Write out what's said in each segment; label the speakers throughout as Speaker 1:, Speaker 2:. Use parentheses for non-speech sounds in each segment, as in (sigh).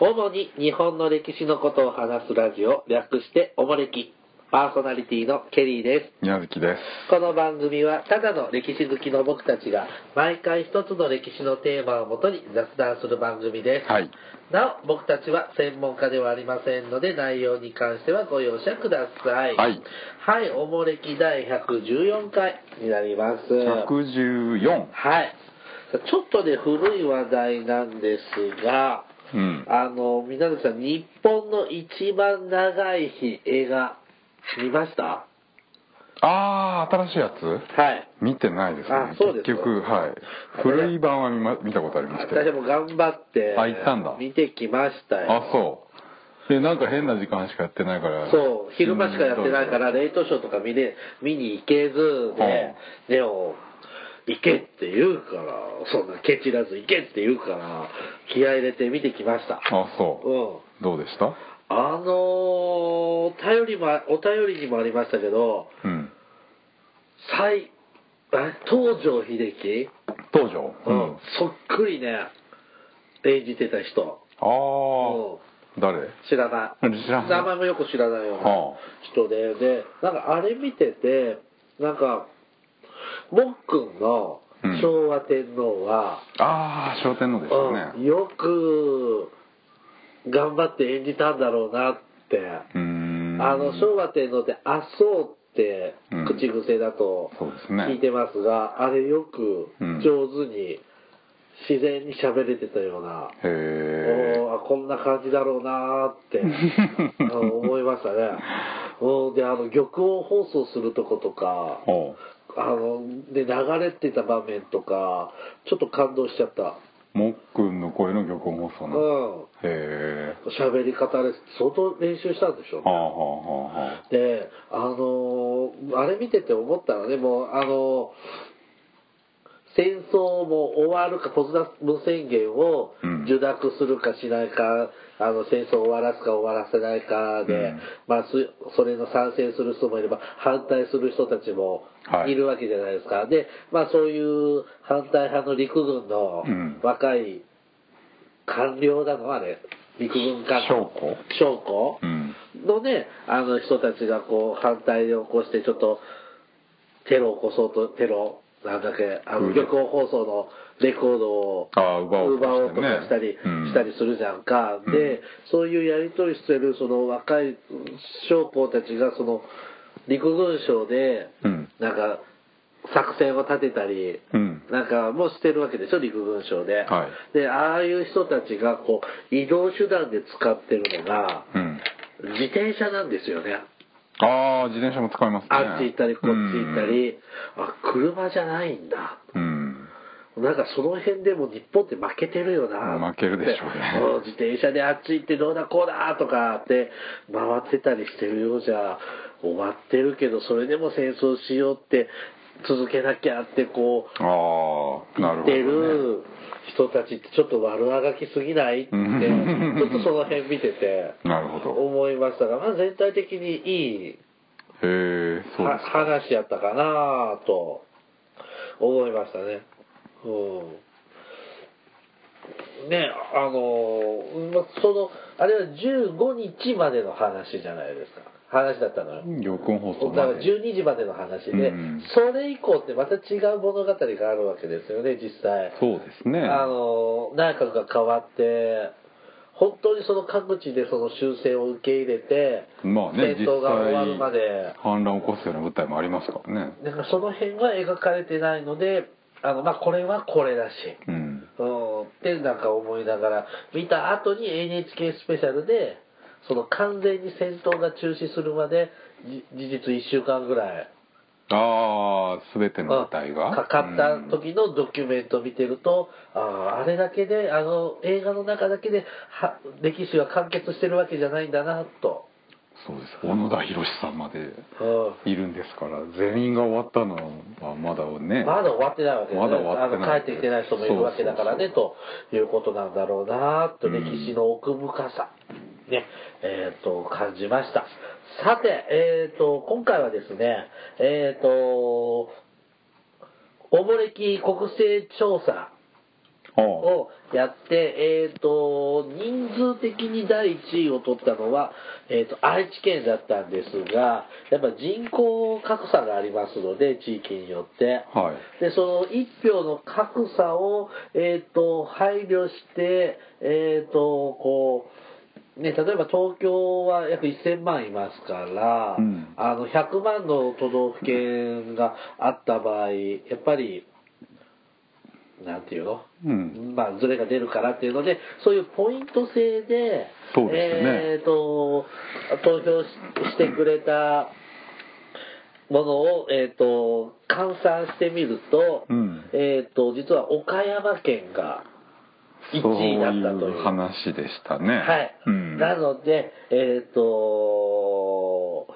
Speaker 1: 主に日本の歴史のことを話すラジオ、略しておもれき、パーソナリティのケリーです。
Speaker 2: 宮崎です。
Speaker 1: この番組はただの歴史好きの僕たちが毎回一つの歴史のテーマをもとに雑談する番組です、
Speaker 2: はい。
Speaker 1: なお僕たちは専門家ではありませんので内容に関してはご容赦ください
Speaker 2: はい、
Speaker 1: はいおもれき第114回になります
Speaker 2: 114。
Speaker 1: はいちょっとね古い話題なんですが
Speaker 2: うん。
Speaker 1: あの皆さん日本の一番長い日映画見ました
Speaker 2: あー、新しいやつ
Speaker 1: はい
Speaker 2: 見てないですね。
Speaker 1: あそうですか
Speaker 2: 結局、はい。古い版は見,、ま、見たことありますけど。
Speaker 1: 私も頑張って
Speaker 2: あ行ったんだ
Speaker 1: 見てきましたよ
Speaker 2: あ、そう。え、なんか変な時間しかやってないから。
Speaker 1: そう昼間しかやってないからレイトショーとか見れ見に行けずで、でも行けって言うからそんなケチらず行けって言うから気合い入れて見てきました
Speaker 2: あ、
Speaker 1: う
Speaker 2: そ
Speaker 1: ん
Speaker 2: う。どうでした
Speaker 1: あのーお便りもお便りにもありましたけど
Speaker 2: うん。
Speaker 1: 最あ東條英機、
Speaker 2: 東條。
Speaker 1: うん。そっくりね演じてた人
Speaker 2: あー。誰
Speaker 1: 知らない
Speaker 2: 知ら
Speaker 1: 名
Speaker 2: ない。
Speaker 1: 前もよく知らないような
Speaker 2: は
Speaker 1: 人で、で、なんかあれ見てて、なんか、もっくんの
Speaker 2: うん
Speaker 1: 昭和天皇は、
Speaker 2: あー、商店のですよ
Speaker 1: う
Speaker 2: ね。
Speaker 1: んよく頑張って演じたんだろうなって、
Speaker 2: うーん。
Speaker 1: あの昭和天皇って「あそう」って
Speaker 2: うん
Speaker 1: 口癖だと
Speaker 2: そうですね
Speaker 1: 聞いてますが、あれよく
Speaker 2: うん
Speaker 1: 上手に自然に喋れてたような。
Speaker 2: へー。
Speaker 1: おーあこんな感じだろうなーって
Speaker 2: (laughs)
Speaker 1: うん思いましたね。うんであの玉音放送するとことか
Speaker 2: おう
Speaker 1: あので流れてた場面とかちょっと感動しちゃった。
Speaker 2: もっくんの声の曲もそううな。
Speaker 1: ん
Speaker 2: へー。
Speaker 1: 喋り方です相当練習したんでしょう
Speaker 2: は
Speaker 1: ね。
Speaker 2: あはあはあはあ。
Speaker 1: であのーあれ見てて思ったのねもうあのー戦争も終わるかポツダム宣言を
Speaker 2: うん
Speaker 1: 受諾するかしないか、あの戦争を終わらすか終わらせないかで、
Speaker 2: うん
Speaker 1: まあ、すそれの賛成する人もいれば反対する人たちも
Speaker 2: はい
Speaker 1: いるわけじゃないですか、で、まあ、そういう反対派の陸軍の
Speaker 2: うん
Speaker 1: 若い官僚だのあれ陸軍官
Speaker 2: 将校
Speaker 1: 将校、
Speaker 2: うん。
Speaker 1: のね、あの人たちがこう反対で起こして、ちょっとテロを起こそうと、テロ、なんだっけ、あ
Speaker 2: う
Speaker 1: の
Speaker 2: ん
Speaker 1: 旅行放送のレコードを
Speaker 2: あー奪おうと
Speaker 1: 奪おう
Speaker 2: して
Speaker 1: と
Speaker 2: ね
Speaker 1: かしたり、
Speaker 2: うん
Speaker 1: したりするじゃんか。
Speaker 2: うん
Speaker 1: で、そういうやり取りしてるその若い将校たちが、その陸軍省で、
Speaker 2: うん。
Speaker 1: なんか作戦を立てたり、
Speaker 2: うん。
Speaker 1: なんかもうしてるわけでしょ陸軍省で、
Speaker 2: は
Speaker 1: でああいう人たちがこう移動手段で使ってるのが
Speaker 2: うん。
Speaker 1: 自転車なんですよね
Speaker 2: ああ、自転車も使いますね。
Speaker 1: あっち行ったりこっち行ったり、あ車じゃないんだ
Speaker 2: うん。
Speaker 1: なんかその辺でも日本って負けてるよな
Speaker 2: 負けるでしょう
Speaker 1: (laughs) ん
Speaker 2: ね
Speaker 1: 自転車であっち行ってどうだこうだとかって回ってたりしてるようじゃ終わってるけどそれでも戦争しようって続けなきゃってこう
Speaker 2: うん。ああ、なる
Speaker 1: 言っ
Speaker 2: ほど、
Speaker 1: て
Speaker 2: ね。
Speaker 1: る人たちってちょっと悪あがきすぎないってちょ
Speaker 2: う
Speaker 1: っ
Speaker 2: ん
Speaker 1: とその辺見てて
Speaker 2: なるほど。
Speaker 1: 思いましたが、まあ、全体的にいい
Speaker 2: へえ、そう
Speaker 1: は
Speaker 2: ですか。
Speaker 1: 話やったかなぁと思いましたね。うん、ねあのー、まそのあれは15日までの話じゃないですか話だったのよ。
Speaker 2: 旅行放送
Speaker 1: だか
Speaker 2: ま
Speaker 1: ら
Speaker 2: で。
Speaker 1: 12時までの話で、
Speaker 2: うん
Speaker 1: それ以降ってまた違う物語があるわけですよね実際。
Speaker 2: そうですね。
Speaker 1: あの内閣が変わって本当にその各地でその終戦を受け入れて、
Speaker 2: まあね、
Speaker 1: 戦
Speaker 2: 実際、
Speaker 1: 闘が終わるまで
Speaker 2: 反乱を起こすような舞台もありますからね。
Speaker 1: なんかその辺は描かれてないのであの、まあ、これはこれだし、
Speaker 2: うん。
Speaker 1: うん、ってなんか思いながら見た後に NHK スペシャルでその完全に戦闘が中止するまでじ事実1週間ぐらい。
Speaker 2: ああ、すべての舞台が。
Speaker 1: うんかかった時のドキュメントを見てると、あーあれだけであの映画の中だけでは歴史は完結してるわけじゃないんだなと、
Speaker 2: そうです。小野田博さんまで
Speaker 1: うん
Speaker 2: いるんですから、全員が終わったのはまだね。
Speaker 1: まだ終わってないわけだね
Speaker 2: まだ終わってな
Speaker 1: あ
Speaker 2: い
Speaker 1: の帰ってきてない人もいるわけだからね
Speaker 2: そう
Speaker 1: ということなんだろうなと
Speaker 2: うん
Speaker 1: 歴史の奥深さ、ねえー、と感じましたさて、えー、と今回はですねえっ、とおもれき国勢調査
Speaker 2: お
Speaker 1: をやって、えっ、と、人数的に第1位を取ったのは、えっ、と、愛知県だったんですが、やっぱ人口格差がありますので、地域によって。
Speaker 2: はい
Speaker 1: で、その1票の格差を、えっ、と、配慮して、えっ、と、こう、ね、例えば東京は約1000万いますから、
Speaker 2: うん
Speaker 1: あの、100万の都道府県があった場合、やっぱり、なんていうの
Speaker 2: うん
Speaker 1: まあ、ズレが出るからっていうので、そういうポイント制で、
Speaker 2: そうですね
Speaker 1: えーと、投票ししてくれたものを、えっ、と、換算してみると、
Speaker 2: うん
Speaker 1: えっ、と、実は岡山県が1位だったと
Speaker 2: そう
Speaker 1: いう。
Speaker 2: いう話でしたね
Speaker 1: はい。
Speaker 2: うん、
Speaker 1: なので、えっ、と、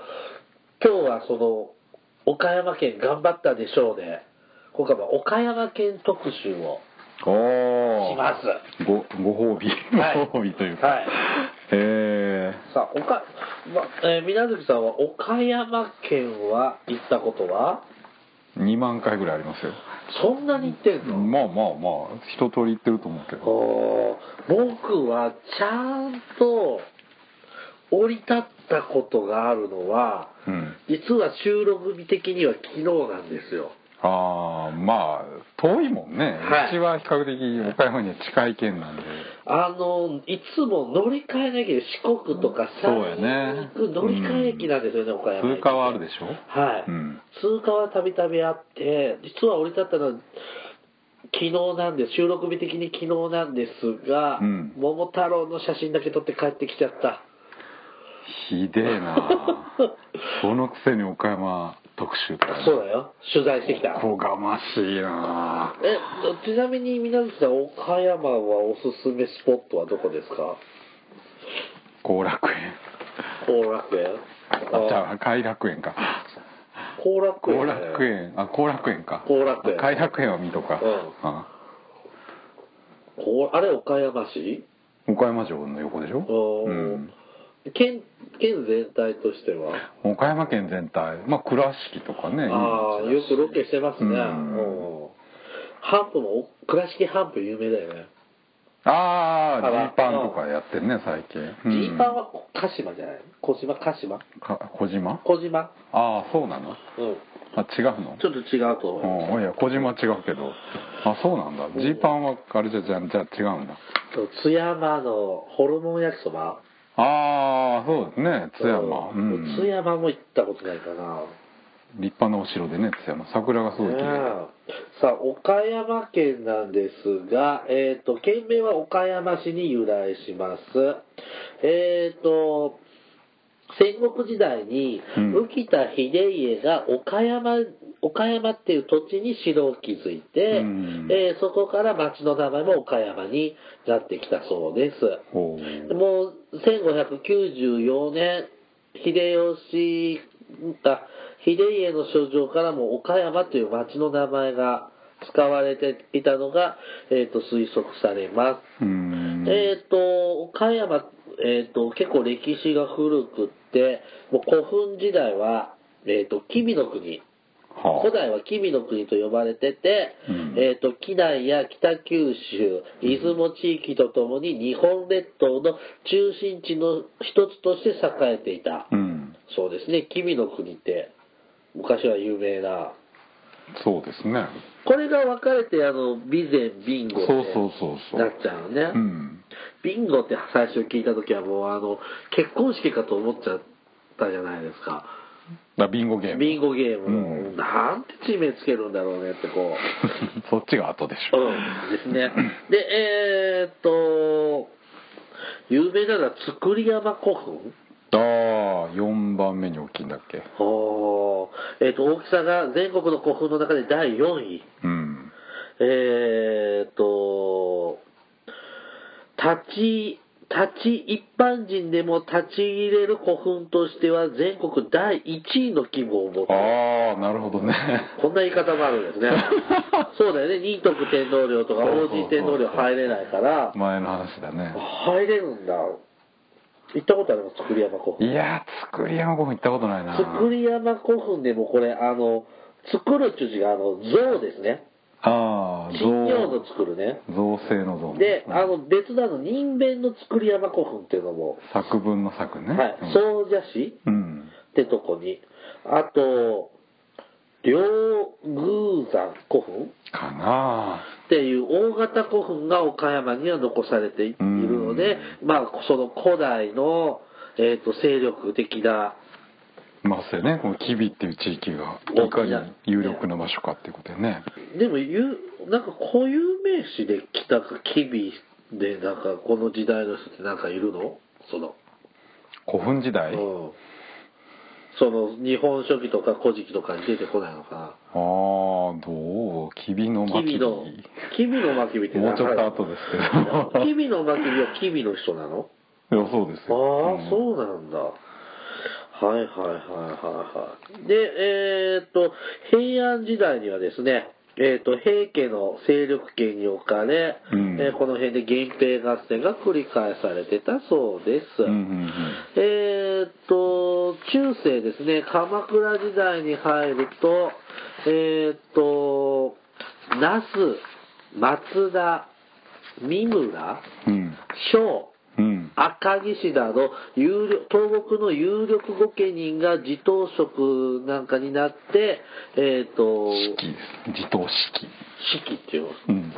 Speaker 1: 今日はその、岡山県頑張ったでしょうね。今回は岡山県特集を。
Speaker 2: おー
Speaker 1: します
Speaker 2: ごご褒美、
Speaker 1: はい
Speaker 2: (laughs) ご褒美というか、
Speaker 1: はい
Speaker 2: へ
Speaker 1: さあ、岡、ま、えー、皆月さんは岡山県は行ったことは
Speaker 2: え2万回ぐらいありますよ
Speaker 1: そんなに行ってんの、
Speaker 2: まあまあまあ一通り言ってると思うけど
Speaker 1: おー僕はちゃんと降り立ったことがあるのは、
Speaker 2: うん
Speaker 1: 実は収録日的には昨日なんですよ。
Speaker 2: ああまあ遠いもんね、
Speaker 1: はいう
Speaker 2: ちは比較的岡山には近い県なんで
Speaker 1: あの、いつも乗り換えなきゃ四国とか
Speaker 2: そうやね
Speaker 1: 三陸乗り換え駅なんですよね、岡山駅って
Speaker 2: 通過はあるでしょ
Speaker 1: はい、
Speaker 2: うん
Speaker 1: 通過はたびたびあって実は降り立ったのは昨日なんです収録日的に昨日なんですが、
Speaker 2: うん
Speaker 1: 桃太郎の写真だけ撮って帰ってきちゃった
Speaker 2: ひで
Speaker 1: (laughs)
Speaker 2: えなそのくせに岡山特集とかね
Speaker 1: そうだよ取材してきた
Speaker 2: おこがましいな
Speaker 1: えちなみに皆さん岡山はおすすめスポットはどこですか
Speaker 2: 後楽園
Speaker 1: 後楽園
Speaker 2: あじゃあ偕楽園か
Speaker 1: 後楽園
Speaker 2: 後楽園あ後楽園か
Speaker 1: 後楽園
Speaker 2: 偕楽園は水戸か、
Speaker 1: うん
Speaker 2: あ
Speaker 1: こうあれ岡山市
Speaker 2: 岡山城の横でしょ、
Speaker 1: おー
Speaker 2: うん、
Speaker 1: 県県全体としては
Speaker 2: 岡山県全体まあ倉敷とかねいい
Speaker 1: ああ、
Speaker 2: 街だ
Speaker 1: よ
Speaker 2: し
Speaker 1: くロケしてますね。う
Speaker 2: うん
Speaker 1: んハンプも、倉敷ハンプ有名だよね。
Speaker 2: ああ
Speaker 1: あ
Speaker 2: ジ
Speaker 1: ら
Speaker 2: ーパンとかやってるね最近
Speaker 1: ジーパン
Speaker 2: は
Speaker 1: は鹿島じゃない小島、鹿島
Speaker 2: 小島
Speaker 1: 小島
Speaker 2: ああそうなの
Speaker 1: うん。
Speaker 2: あ違うの
Speaker 1: ちょっと違うと思います。
Speaker 2: うんいや小島は違うけどあそうなんだジーパンはあれじゃじゃじゃあ違うんだ
Speaker 1: そう津山のホルモン焼きそば
Speaker 2: ああそうですね津山、う
Speaker 1: うん
Speaker 2: ん、
Speaker 1: 津山も行ったことないかな。
Speaker 2: 立派なお城でね津山桜がすごい綺麗
Speaker 1: ねえさあ、岡山県なんですが、えっ、と、県名は岡山市に由来します。えっ、と、戦国時代に、
Speaker 2: うん
Speaker 1: 浮田秀家が岡山、岡山っていう土地に城を築いて、
Speaker 2: うん
Speaker 1: えーそこから町の名前も岡山になってきたそうです。
Speaker 2: ほう
Speaker 1: もう1594年、秀吉が、秀家の書状からも岡山という町の名前が使われていたのが、えっと推測されます。
Speaker 2: うん
Speaker 1: えっ、と、岡山、えっ、と、結構歴史が古くって、もう古墳時代は、えっ、と、君の国。
Speaker 2: はあ
Speaker 1: 古代は君の国と呼ばれてて、
Speaker 2: うん
Speaker 1: えっ、と、紀南や北九州、出雲地域とともに日本列島の中心地の一つとして栄えていた。
Speaker 2: うん
Speaker 1: そうですね、君の国って、昔は有名な。
Speaker 2: そうですね
Speaker 1: これが分かれて、あの、備前、ビンゴって
Speaker 2: そうそうそうそう
Speaker 1: なっちゃうのね。
Speaker 2: うん
Speaker 1: ビンゴって最初聞いた時はもうあの結婚式かと思っちゃったじゃないですか
Speaker 2: だビンゴゲーム
Speaker 1: ビンゴゲームの、
Speaker 2: うん
Speaker 1: なんて地名つけるんだろうねってこう
Speaker 2: (laughs) そっちが後でしょ、
Speaker 1: うんですねでえー、っと有名なのは造り山古墳
Speaker 2: ああ4番目に大きいんだっけ
Speaker 1: おーえーっと大きさが全国の古墳の中で第4位
Speaker 2: うん
Speaker 1: えー、っと、立ち、立ち、一般人でも立ち入れる古墳としては全国第1位の規模を持つ。
Speaker 2: ああなるほどね
Speaker 1: こんな言い方もあるんですね。そうだよね、仁徳天皇陵とか
Speaker 2: そうそ
Speaker 1: 王
Speaker 2: うそう
Speaker 1: 子天皇陵入れないから、
Speaker 2: 前の話だね
Speaker 1: 入れるんだ。行ったことあります、造山古
Speaker 2: い
Speaker 1: 墳。
Speaker 2: やー造り山ご飯行ったことないな
Speaker 1: 造山古墳でもこれ、あの、作るっていう字があの、像ですね。
Speaker 2: あああ
Speaker 1: 金曜の作るね
Speaker 2: 造成の像
Speaker 1: であの別なの人弁の作り山古墳っていうのも、
Speaker 2: 作文の作ね
Speaker 1: はい
Speaker 2: うん
Speaker 1: 総社市
Speaker 2: うん
Speaker 1: ってとこにあと両宮山古墳
Speaker 2: かな
Speaker 1: っていう大型古墳が岡山には残されているので、まあ、その古代の、えー、と勢力的な、
Speaker 2: ますよねこの吉備っていう地域が
Speaker 1: 大
Speaker 2: いか
Speaker 1: き
Speaker 2: に
Speaker 1: な
Speaker 2: 有力な場所かっていうことよね
Speaker 1: でもゆなんか固有名詞で来たか吉備でなんかこの時代の人ってなんかいるのその、
Speaker 2: 古墳時代、
Speaker 1: うん、その日本書紀とか古事記とかに出てこないのか
Speaker 2: ああどう吉備の
Speaker 1: な
Speaker 2: 巻
Speaker 1: 吉備の吉備の巻き火って
Speaker 2: もうちょっと
Speaker 1: なんか
Speaker 2: 後ですけど
Speaker 1: 吉備の巻き
Speaker 2: (laughs)
Speaker 1: 火は吉備の人なの
Speaker 2: いやそうです
Speaker 1: ああ
Speaker 2: よ、
Speaker 1: ー、
Speaker 2: ん
Speaker 1: そうなんだ。はいはいはいはいはい。で、えっと、平安時代にはですね、えっと平家の勢力圏に置かれ、
Speaker 2: うん
Speaker 1: えーこの辺で源平合戦が繰り返されてたそうです。
Speaker 2: うんうん
Speaker 1: えーっと、中世ですね、鎌倉時代に入ると、えーっと、那須、松田、三村、
Speaker 2: うん
Speaker 1: 小、
Speaker 2: うん
Speaker 1: 赤城市など有力東国の有力御家人が自頭職なんかになって、えっと
Speaker 2: 式です自頭式
Speaker 1: 式っていうの
Speaker 2: うん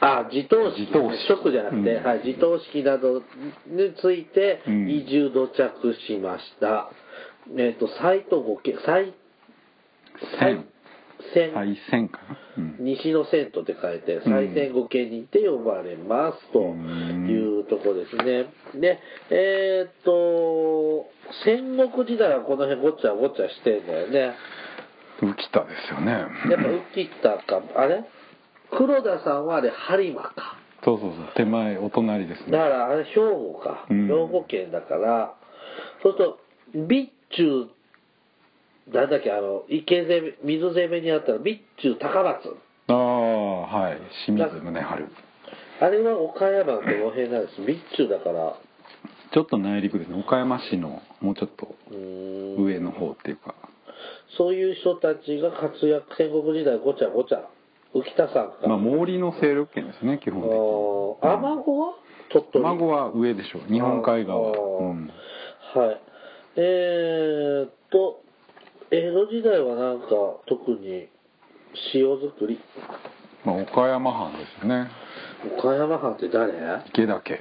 Speaker 1: あ自頭式
Speaker 2: 自頭式
Speaker 1: 職じゃなくて、
Speaker 2: うん
Speaker 1: はい、自頭式などについて
Speaker 2: うん
Speaker 1: 移住土着しました、えっと斎藤御家斎
Speaker 2: 千
Speaker 1: 千
Speaker 2: 最先かな、うん、
Speaker 1: 西の銭湯って書いて、最先御家人って呼ばれますというとこですね。で、えーっと、戦国時代はこの辺ごっちゃごっちゃしてんだよね。
Speaker 2: 浮田ですよね
Speaker 1: やっぱ浮田か、あれ黒田さんはあれ、播磨か。
Speaker 2: そうそうそう手前お隣です
Speaker 1: だ
Speaker 2: ね
Speaker 1: からあれ、兵庫か。
Speaker 2: うん
Speaker 1: 兵庫県だから、そうすると、備中、なんだっけ、あの、池攻め、水攻めにあったら、備中高松。
Speaker 2: ああはい清水宗春
Speaker 1: あれは岡山のこの辺なんです。備中だから、
Speaker 2: ちょっと内陸ですね岡山市のもうちょっと
Speaker 1: うーん
Speaker 2: 上の方っていうか
Speaker 1: そういう人たちが活躍、戦国時代ごちゃごちゃ、浮田さんか。
Speaker 2: まあ毛利の勢力圏ですね基本的に
Speaker 1: あー尼子は鳥取。
Speaker 2: 卵は上でしょう日本海側
Speaker 1: あー
Speaker 2: うん
Speaker 1: はい。えー、っと、江戸時代はなんか特に塩作り。
Speaker 2: まあ、岡山藩ですよね
Speaker 1: 岡山藩って誰
Speaker 2: 池田家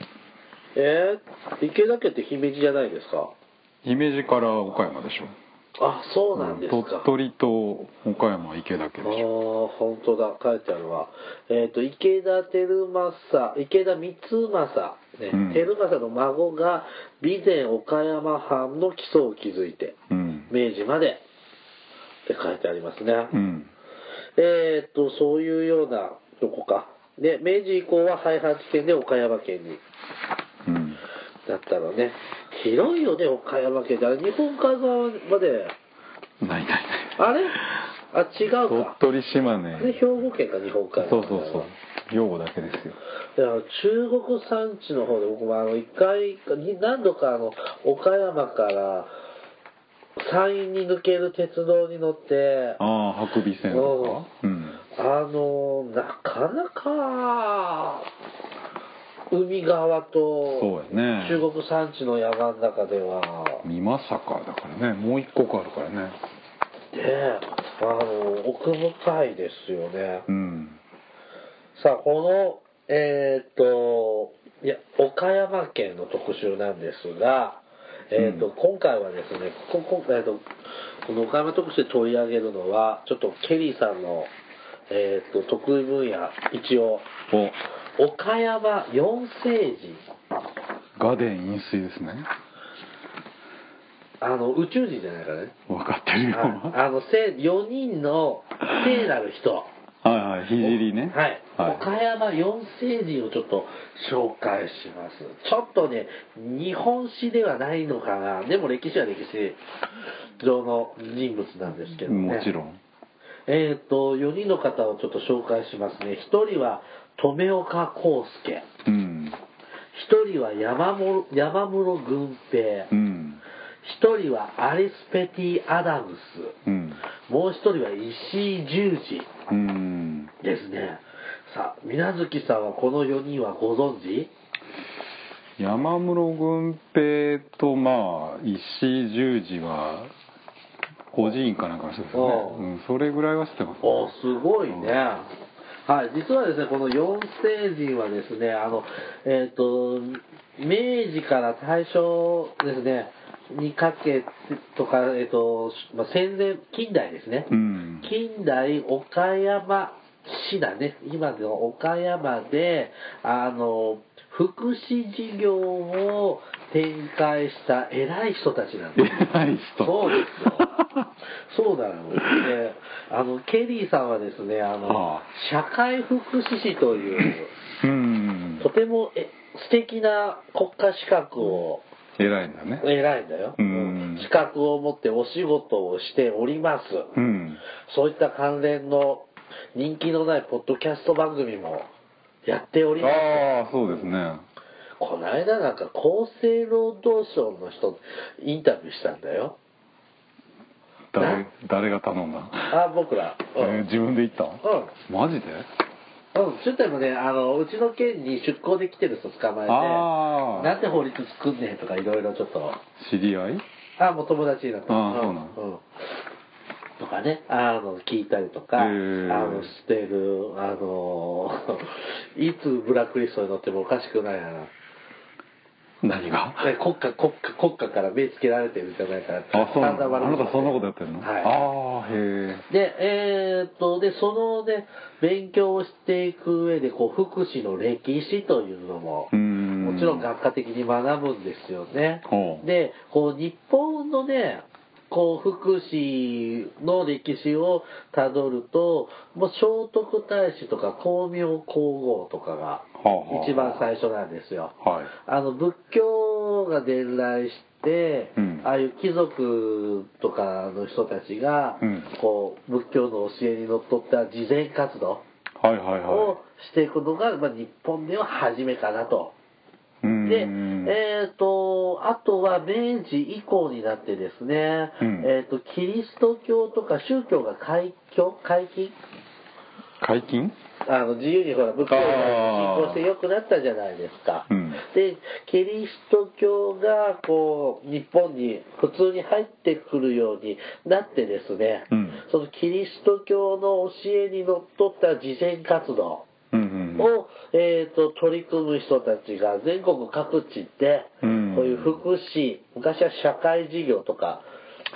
Speaker 1: えー、池田家って姫路じゃないですか
Speaker 2: 姫路から岡山でしょ
Speaker 1: あ、そうなんですか。
Speaker 2: 鳥取と岡山は池田家でし
Speaker 1: ああ
Speaker 2: ょ
Speaker 1: ー、本当だ、書いてあるわ。えっ、と、池田照正、池田光政、ね
Speaker 2: うん
Speaker 1: 照正の孫が、備前岡山藩の基礎を築いて、
Speaker 2: うん
Speaker 1: 明治までって書いてありますね。
Speaker 2: うん
Speaker 1: えっ、と、そういうようなとこか。で、明治以降は廃藩置県で岡山県に
Speaker 2: うん
Speaker 1: なったのね。広いよね、岡山県って。あれ日本海側まで。
Speaker 2: ないないない
Speaker 1: あれあ、違う
Speaker 2: 鳥
Speaker 1: か。
Speaker 2: 取島
Speaker 1: で、
Speaker 2: 根
Speaker 1: 兵庫県か、日本海
Speaker 2: そ
Speaker 1: 側
Speaker 2: うそうそう用語だけですよ
Speaker 1: だから中国山地の方で僕もあの一回に何度かあの岡山から山陰に抜ける鉄道に乗ってあ
Speaker 2: ああ白尾線とかうん
Speaker 1: のなかなか海側と
Speaker 2: そうやね
Speaker 1: 中国山地の山の中では
Speaker 2: 美まさかだからねもう一個かあるからね
Speaker 1: ねあの奥深いですよね
Speaker 2: うん
Speaker 1: さあこのえーっといや岡山県の特集なんですが、えーっと
Speaker 2: うん
Speaker 1: 今回はですねここえーっとこの岡山特集で取り上げるのはちょっとケリーさんの、えーっと得意分野一応
Speaker 2: お
Speaker 1: 岡山四聖人
Speaker 2: ガデン飲水ですね
Speaker 1: あの宇宙人じゃないからね
Speaker 2: 分かってるよ
Speaker 1: ああの4人の聖なる人
Speaker 2: はいはい聖ね
Speaker 1: はい、岡
Speaker 2: は
Speaker 1: 山四聖人をちょっと紹介しますちょっとね日本史ではないのかなでも歴史は歴史上の人物なんですけ
Speaker 2: い
Speaker 1: どね
Speaker 2: もちろん
Speaker 1: えっ、と4人の方をちょっと紹介しますね1人は留岡康介
Speaker 2: うん
Speaker 1: 1人は山室山室軍平
Speaker 2: うん
Speaker 1: 一人はアリス・ペティ・アダムス
Speaker 2: うん
Speaker 1: もう一人は石井十二
Speaker 2: うん
Speaker 1: ですねさあ水無月さんはこの4人はご存知
Speaker 2: 山室軍平とまあ石井十二は孤児院かなんかの人ですよ
Speaker 1: う
Speaker 2: ね、うん、それぐらいは知ってます
Speaker 1: おすごいね、はい実はですねこの四聖人はですねあのえっ、と明治から大正ですねにかけてとか、えっとまあ、戦前近代ですね、
Speaker 2: うん
Speaker 1: 近代岡山市だね今の岡山であの福祉事業を展開した偉い人たちなんです
Speaker 2: 偉い人
Speaker 1: そうですよそ
Speaker 2: (laughs)
Speaker 1: うだよ、であのケリーさんはですねあの
Speaker 2: ああ
Speaker 1: 社会福祉士という
Speaker 2: うん
Speaker 1: とてもえ素敵な国家資格を
Speaker 2: 偉いんだね
Speaker 1: 偉いんだよ、
Speaker 2: うん
Speaker 1: 資格を持ってお仕事をしております、
Speaker 2: うん
Speaker 1: そういった関連の人気のないポッドキャスト番組もやっております。
Speaker 2: ああそうですね
Speaker 1: この間なんか厚生労働省の人インタビューしたんだよ。
Speaker 2: 誰
Speaker 1: な
Speaker 2: 誰が頼んだ、
Speaker 1: あ、僕ら。う
Speaker 2: え
Speaker 1: ん。
Speaker 2: ー自分で行ったのマジで
Speaker 1: うん。うん。ちょっとでもね、あの、うちの県に出向できてる人捕まえて、
Speaker 2: あ
Speaker 1: な
Speaker 2: あ
Speaker 1: んで法律作んねえとかいろいろちょっと。
Speaker 2: 知り合い
Speaker 1: あ、もう友達になった。
Speaker 2: あーそうなの
Speaker 1: んうんとかね、あの、聞いたりとか、あ
Speaker 2: へー
Speaker 1: の、してる、あの、 (laughs) いつブラックリストに乗ってもおかしくないな。
Speaker 2: 何が
Speaker 1: ね国家、国家、国家から目つけられてるんじゃないかな
Speaker 2: あそうな
Speaker 1: 散々
Speaker 2: の
Speaker 1: 悪口
Speaker 2: あなたそんなことやってるの、
Speaker 1: はい
Speaker 2: ああへえ
Speaker 1: で、えーっと、で、そのね、勉強をしていく上で、こう、福祉の歴史というのも、
Speaker 2: うん
Speaker 1: もちろん学科的に学ぶんですよね。
Speaker 2: ほう
Speaker 1: で、こう、日本のね、こう、福祉の歴史をたどると、もう聖徳太子とか光明皇后とかが
Speaker 2: はあはあ
Speaker 1: 一番最初なんですよ。
Speaker 2: はい
Speaker 1: あの、仏教が伝来して、
Speaker 2: うん
Speaker 1: ああいう貴族とかの人たちが、
Speaker 2: うん
Speaker 1: こう、仏教の教えにのっとった慈善活動
Speaker 2: はいはいは
Speaker 1: をしていくのが、まあ、日本では初めかなと。
Speaker 2: いうん
Speaker 1: で、えっ、と、あとは明治以降になってですね、
Speaker 2: うん
Speaker 1: えっ、と、キリスト教とか宗教が開教解禁
Speaker 2: 解禁
Speaker 1: あの、自由にほら、仏教が信仰して良くなったじゃないですか。
Speaker 2: うん
Speaker 1: で、キリスト教が、こう、日本に普通に入ってくるようになってですね、
Speaker 2: うん
Speaker 1: そのキリスト教の教えにのっとった慈善活動
Speaker 2: うんうんうん
Speaker 1: を、えー、と取り組む人たちが全国各地で、
Speaker 2: うん
Speaker 1: こういう福祉昔は社会事業とか、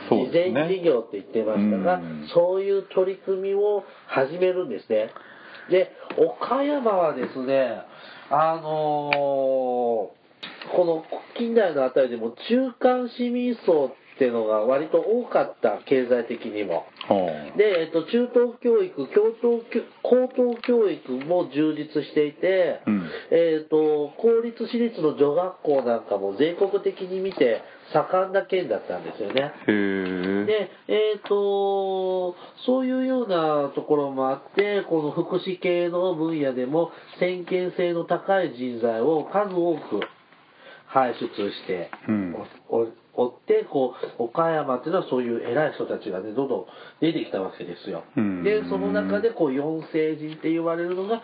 Speaker 2: そう
Speaker 1: 慈
Speaker 2: で
Speaker 1: 善
Speaker 2: すね
Speaker 1: 事業って言ってましたが、
Speaker 2: うん
Speaker 1: そういう取り組みを始めるんですねで岡山はですねあのーこの近代のあたりでも中間市民層っていうのが割と多かった経済的にも。
Speaker 2: ほう
Speaker 1: で、えっと、中等教育、教頭教高等教育も充実していて、
Speaker 2: うん
Speaker 1: えっと、公立私立の女学校なんかも全国的に見て盛んな県だったんですよね。
Speaker 2: へえ
Speaker 1: で、えっ、と、そういうようなところもあって、この福祉系の分野でも先見性の高い人材を数多く輩出して
Speaker 2: うん
Speaker 1: おおおって、こう、岡山っていうのはそういう偉い人たちがね、どんどん出てきたわけですよ。
Speaker 2: うん
Speaker 1: で、その中で、こう、四聖人って言われるのが、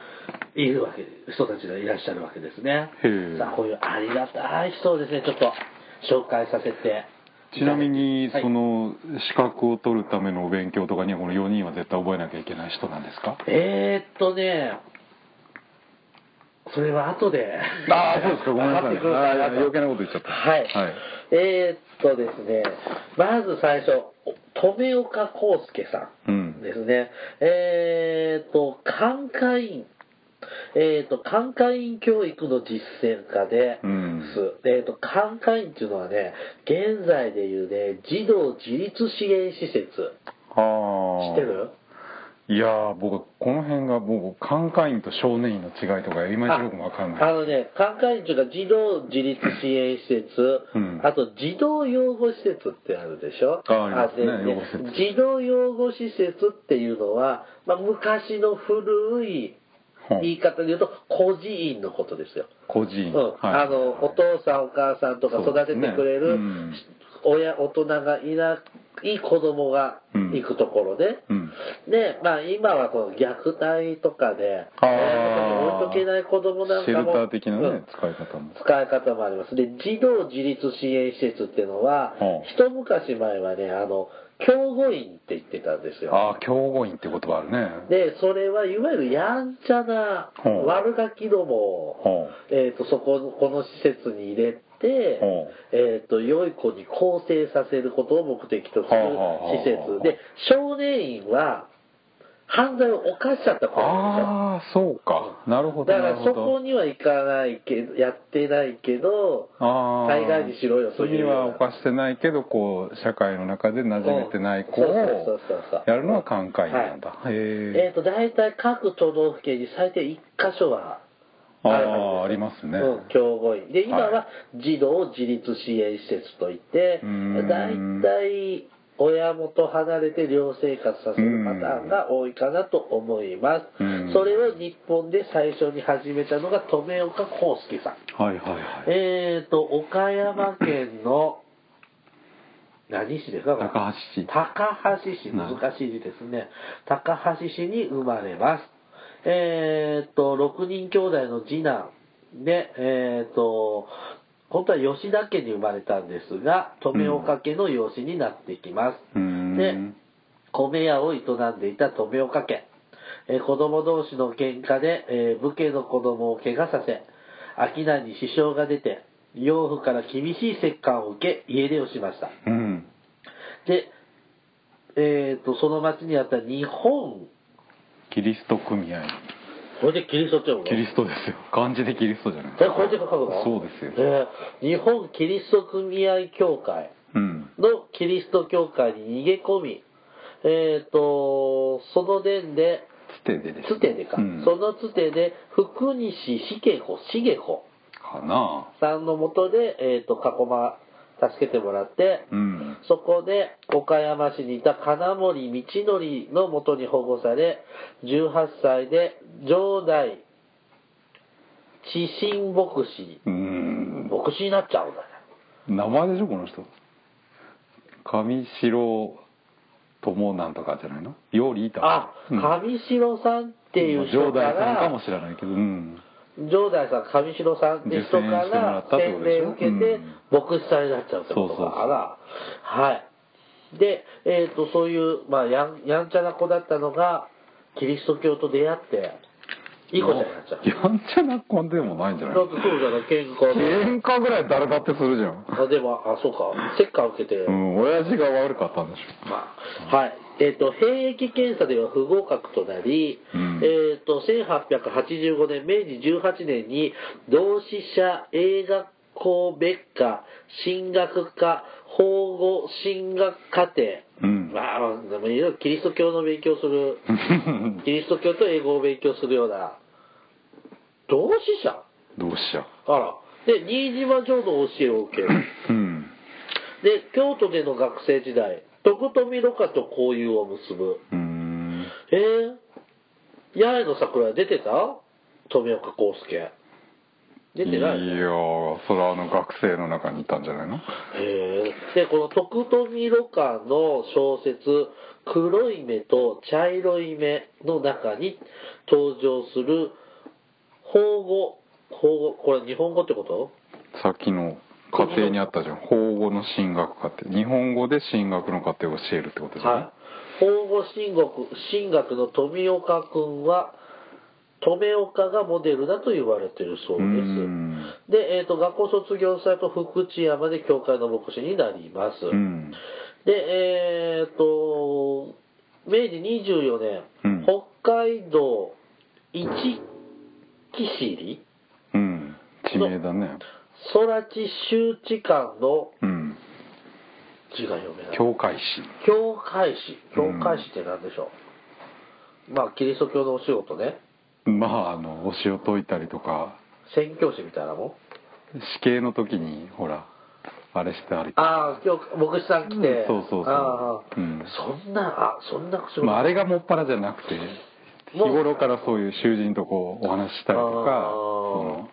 Speaker 1: いるわけで、人たちがいらっしゃるわけですね
Speaker 2: へ。え
Speaker 1: さあ、こういうありがたい人をですね、ちょっと紹介させて。
Speaker 2: ちなみに
Speaker 1: はい
Speaker 2: その資格を取るためのお勉強とかにはこの4人は絶対覚えなきゃいけない人なんですか
Speaker 1: えー、っとね、それは後で。
Speaker 2: ああそうですかごめんなさ
Speaker 1: 待
Speaker 2: い
Speaker 1: ってください
Speaker 2: あー余計なこと言っちゃった
Speaker 1: はい。
Speaker 2: はい
Speaker 1: えー、っとですね、まず最初、お留岡康介さ
Speaker 2: うんん
Speaker 1: ですね。えー、っと、寛解院。えー、っと、寛解院教育の実践家で、
Speaker 2: うん
Speaker 1: すえー、っと、寛解院っていうのはね、現在でいうね、児童自立支援施設。
Speaker 2: ああ
Speaker 1: 知ってる
Speaker 2: いやー僕この辺が僕寛解院と少年院の違いとかいまいちよく分かん
Speaker 1: あ
Speaker 2: ない
Speaker 1: のね、関係というか児童自立支援施設、
Speaker 2: うん
Speaker 1: あと児童養護施設ってあるでしょ。
Speaker 2: あありますね
Speaker 1: あで
Speaker 2: 養護施設
Speaker 1: 児童養護施設っていうのは、まあ、昔の古い
Speaker 2: うん
Speaker 1: 言い方で言うと孤児院のことですよ、
Speaker 2: 孤児
Speaker 1: う
Speaker 2: 院、
Speaker 1: んあのお父さんお母さんとか育ててくれ
Speaker 2: そうですねう
Speaker 1: る
Speaker 2: ん
Speaker 1: 親大人がいない子供が行くところで、
Speaker 2: うん
Speaker 1: で、まあ今はこの虐待とかで、
Speaker 2: あー
Speaker 1: 親とかに置いとけない子供なん
Speaker 2: シェ
Speaker 1: か
Speaker 2: ルタ
Speaker 1: も、
Speaker 2: ー的な
Speaker 1: う
Speaker 2: ね、
Speaker 1: ん
Speaker 2: 使い方も
Speaker 1: 使い方もあります。で、児童自立支援施設っていうのは、
Speaker 2: うん
Speaker 1: 一昔前はね、あの、教護員って言ってたんですよ。
Speaker 2: ああ強護院って言葉あるね
Speaker 1: で、それはいわゆるやんちゃな
Speaker 2: うん
Speaker 1: 悪ガキどもを、
Speaker 2: ほ
Speaker 1: えっ、と、そこ、この施設に入れて、
Speaker 2: うん
Speaker 1: えっと良い子に更生させることを目的とする
Speaker 2: はあはあはあ
Speaker 1: 施設で少年院は犯罪を犯しちゃった
Speaker 2: う
Speaker 1: 子なん
Speaker 2: ああそうかなるほ
Speaker 1: です
Speaker 2: ど
Speaker 1: よだか
Speaker 2: なる
Speaker 1: ら
Speaker 2: ほ
Speaker 1: そ
Speaker 2: ど
Speaker 1: こには行かないけどやってないけど
Speaker 2: ああ
Speaker 1: 海外にしろよそういう
Speaker 2: 罪は犯してないけどこう社会の中で馴染めてない子を
Speaker 1: そうそうそうそう
Speaker 2: やるのは寛解なんだ、
Speaker 1: え
Speaker 2: へえ
Speaker 1: っと大体各都道府県に最低1箇所は
Speaker 2: あ
Speaker 1: るは
Speaker 2: ああ
Speaker 1: ずで
Speaker 2: りますね、
Speaker 1: うん、教護員で今
Speaker 2: は
Speaker 1: は児童自立支援施設といって
Speaker 2: うーん
Speaker 1: 大体親元離れて寮生活させるパターンが多いかなと思いま
Speaker 2: うーん
Speaker 1: すそれを日本で最初に始めたのが留岡康介さん
Speaker 2: はいはいはい
Speaker 1: えーと岡山県の何市ですかこれ
Speaker 2: 高橋市
Speaker 1: 高橋市、難しい字ですね。高橋市に生まれます。えーっと、6人兄弟の次男で、えーっと、本当は吉田家に生まれたんですが、留岡家の養子になってきます。
Speaker 2: うーん
Speaker 1: で米屋を営んでいた富岡家、えー子供同士の喧嘩で、えー武家の子供を怪我させ商いに支障が出て養父から厳しい折檻を受け家出をしました
Speaker 2: うん
Speaker 1: で、えー、とその町にあった日本
Speaker 2: キリスト組合
Speaker 1: これでキリスト教
Speaker 2: キリストですよ漢字でキリストじゃないです
Speaker 1: え
Speaker 2: か
Speaker 1: これで書くの
Speaker 2: そうですよ、
Speaker 1: えー日本キリスト組合協会
Speaker 2: うん
Speaker 1: のキリスト教会に逃げ込み、えー、とその伝で
Speaker 2: つてでです
Speaker 1: つてでか、
Speaker 2: うん
Speaker 1: そのつてで福西茂子茂子
Speaker 2: かな
Speaker 1: さんのもとで、えー、と過去ま助けてもらって、
Speaker 2: うん
Speaker 1: そこで岡山市にいた金森道則のもとに保護され18歳で城代知心牧師
Speaker 2: うん
Speaker 1: 牧師になっちゃうんだね
Speaker 2: 名前でしょこの人上白友なんとかじゃないのよりいた
Speaker 1: あ
Speaker 2: うん
Speaker 1: 上白さんっていう
Speaker 2: 上
Speaker 1: 人か
Speaker 2: 代さんからもしれないけどうん
Speaker 1: 城代さん上白さんって人か
Speaker 2: 受選してもらっ
Speaker 1: ら
Speaker 2: たって
Speaker 1: 洗
Speaker 2: ことで
Speaker 1: 礼
Speaker 2: しょ
Speaker 1: を受けて牧師さんになっちゃうってこと
Speaker 2: そうそうそう
Speaker 1: かあらはいで、えー、とそういう、まあ、やんやんちゃな子だったのがキリスト教と出会っていい子ちゃんになっちゃう
Speaker 2: やんちゃな子でもないんじゃ
Speaker 1: だ
Speaker 2: な
Speaker 1: っ
Speaker 2: い
Speaker 1: てそうじゃない喧嘩
Speaker 2: 喧嘩ぐらい誰だってするじゃん
Speaker 1: であでもあそうかせっか受けて、
Speaker 2: うん親父が悪かったんでし
Speaker 1: まあ、はい。えっ、と、兵役検査では不合格となり、
Speaker 2: うん
Speaker 1: えっ、と、1885年、明治18年に、同志社映画校別科進学科法語進学課程。
Speaker 2: ょうん
Speaker 1: まあ、でもいろいろキリスト教の勉強する、
Speaker 2: うん
Speaker 1: キリスト教と英語を勉強するような、同志社
Speaker 2: (laughs) どうしよ
Speaker 1: あら。で、新島浄土の教えを受ける。
Speaker 2: ううん
Speaker 1: で、京都での学生時代、徳富ろ過と交友を結ぶ。
Speaker 2: うーん
Speaker 1: えー、八重の桜出てた富岡康介。出てない
Speaker 2: い
Speaker 1: ね
Speaker 2: やーそれはあの学生の中にいたんじゃないの
Speaker 1: へーで、この徳富ろ過の小説、黒い目と茶色い目の中に登場する法語。法語、これ日本語ってこと
Speaker 2: さっきの家庭にあったじゃん法語の進学家庭日本語で進学の家庭を教えるってことじゃない、
Speaker 1: はい。法語進学、進学の富岡くんは、富岡がモデルだと言われているそう
Speaker 2: うー
Speaker 1: です。
Speaker 2: ん
Speaker 1: で、えーと、学校卒業された福知山で教会の牧師になります。
Speaker 2: うん
Speaker 1: で、えっ、と、明治24年、
Speaker 2: うん
Speaker 1: 北海道一木尻
Speaker 2: うん地名だね
Speaker 1: 空知周知館の
Speaker 2: うん
Speaker 1: 字が読めない。
Speaker 2: 教会史
Speaker 1: 教会史。教会史って何でしょう、まあ、キリスト教のお仕事ね。
Speaker 2: まああのお詩を解いたりとか
Speaker 1: 宣教師みたいなもん。
Speaker 2: 死刑の時にほらあれしてあり
Speaker 1: ああ、今日、牧師さん来て。
Speaker 2: うんそうそうそう
Speaker 1: ああ
Speaker 2: うん
Speaker 1: そんな、あ、そんな仕事。
Speaker 2: まあ、あれがもっぱらじゃなくて日頃からそういう囚人とこうお話ししたりとか
Speaker 1: あー
Speaker 2: その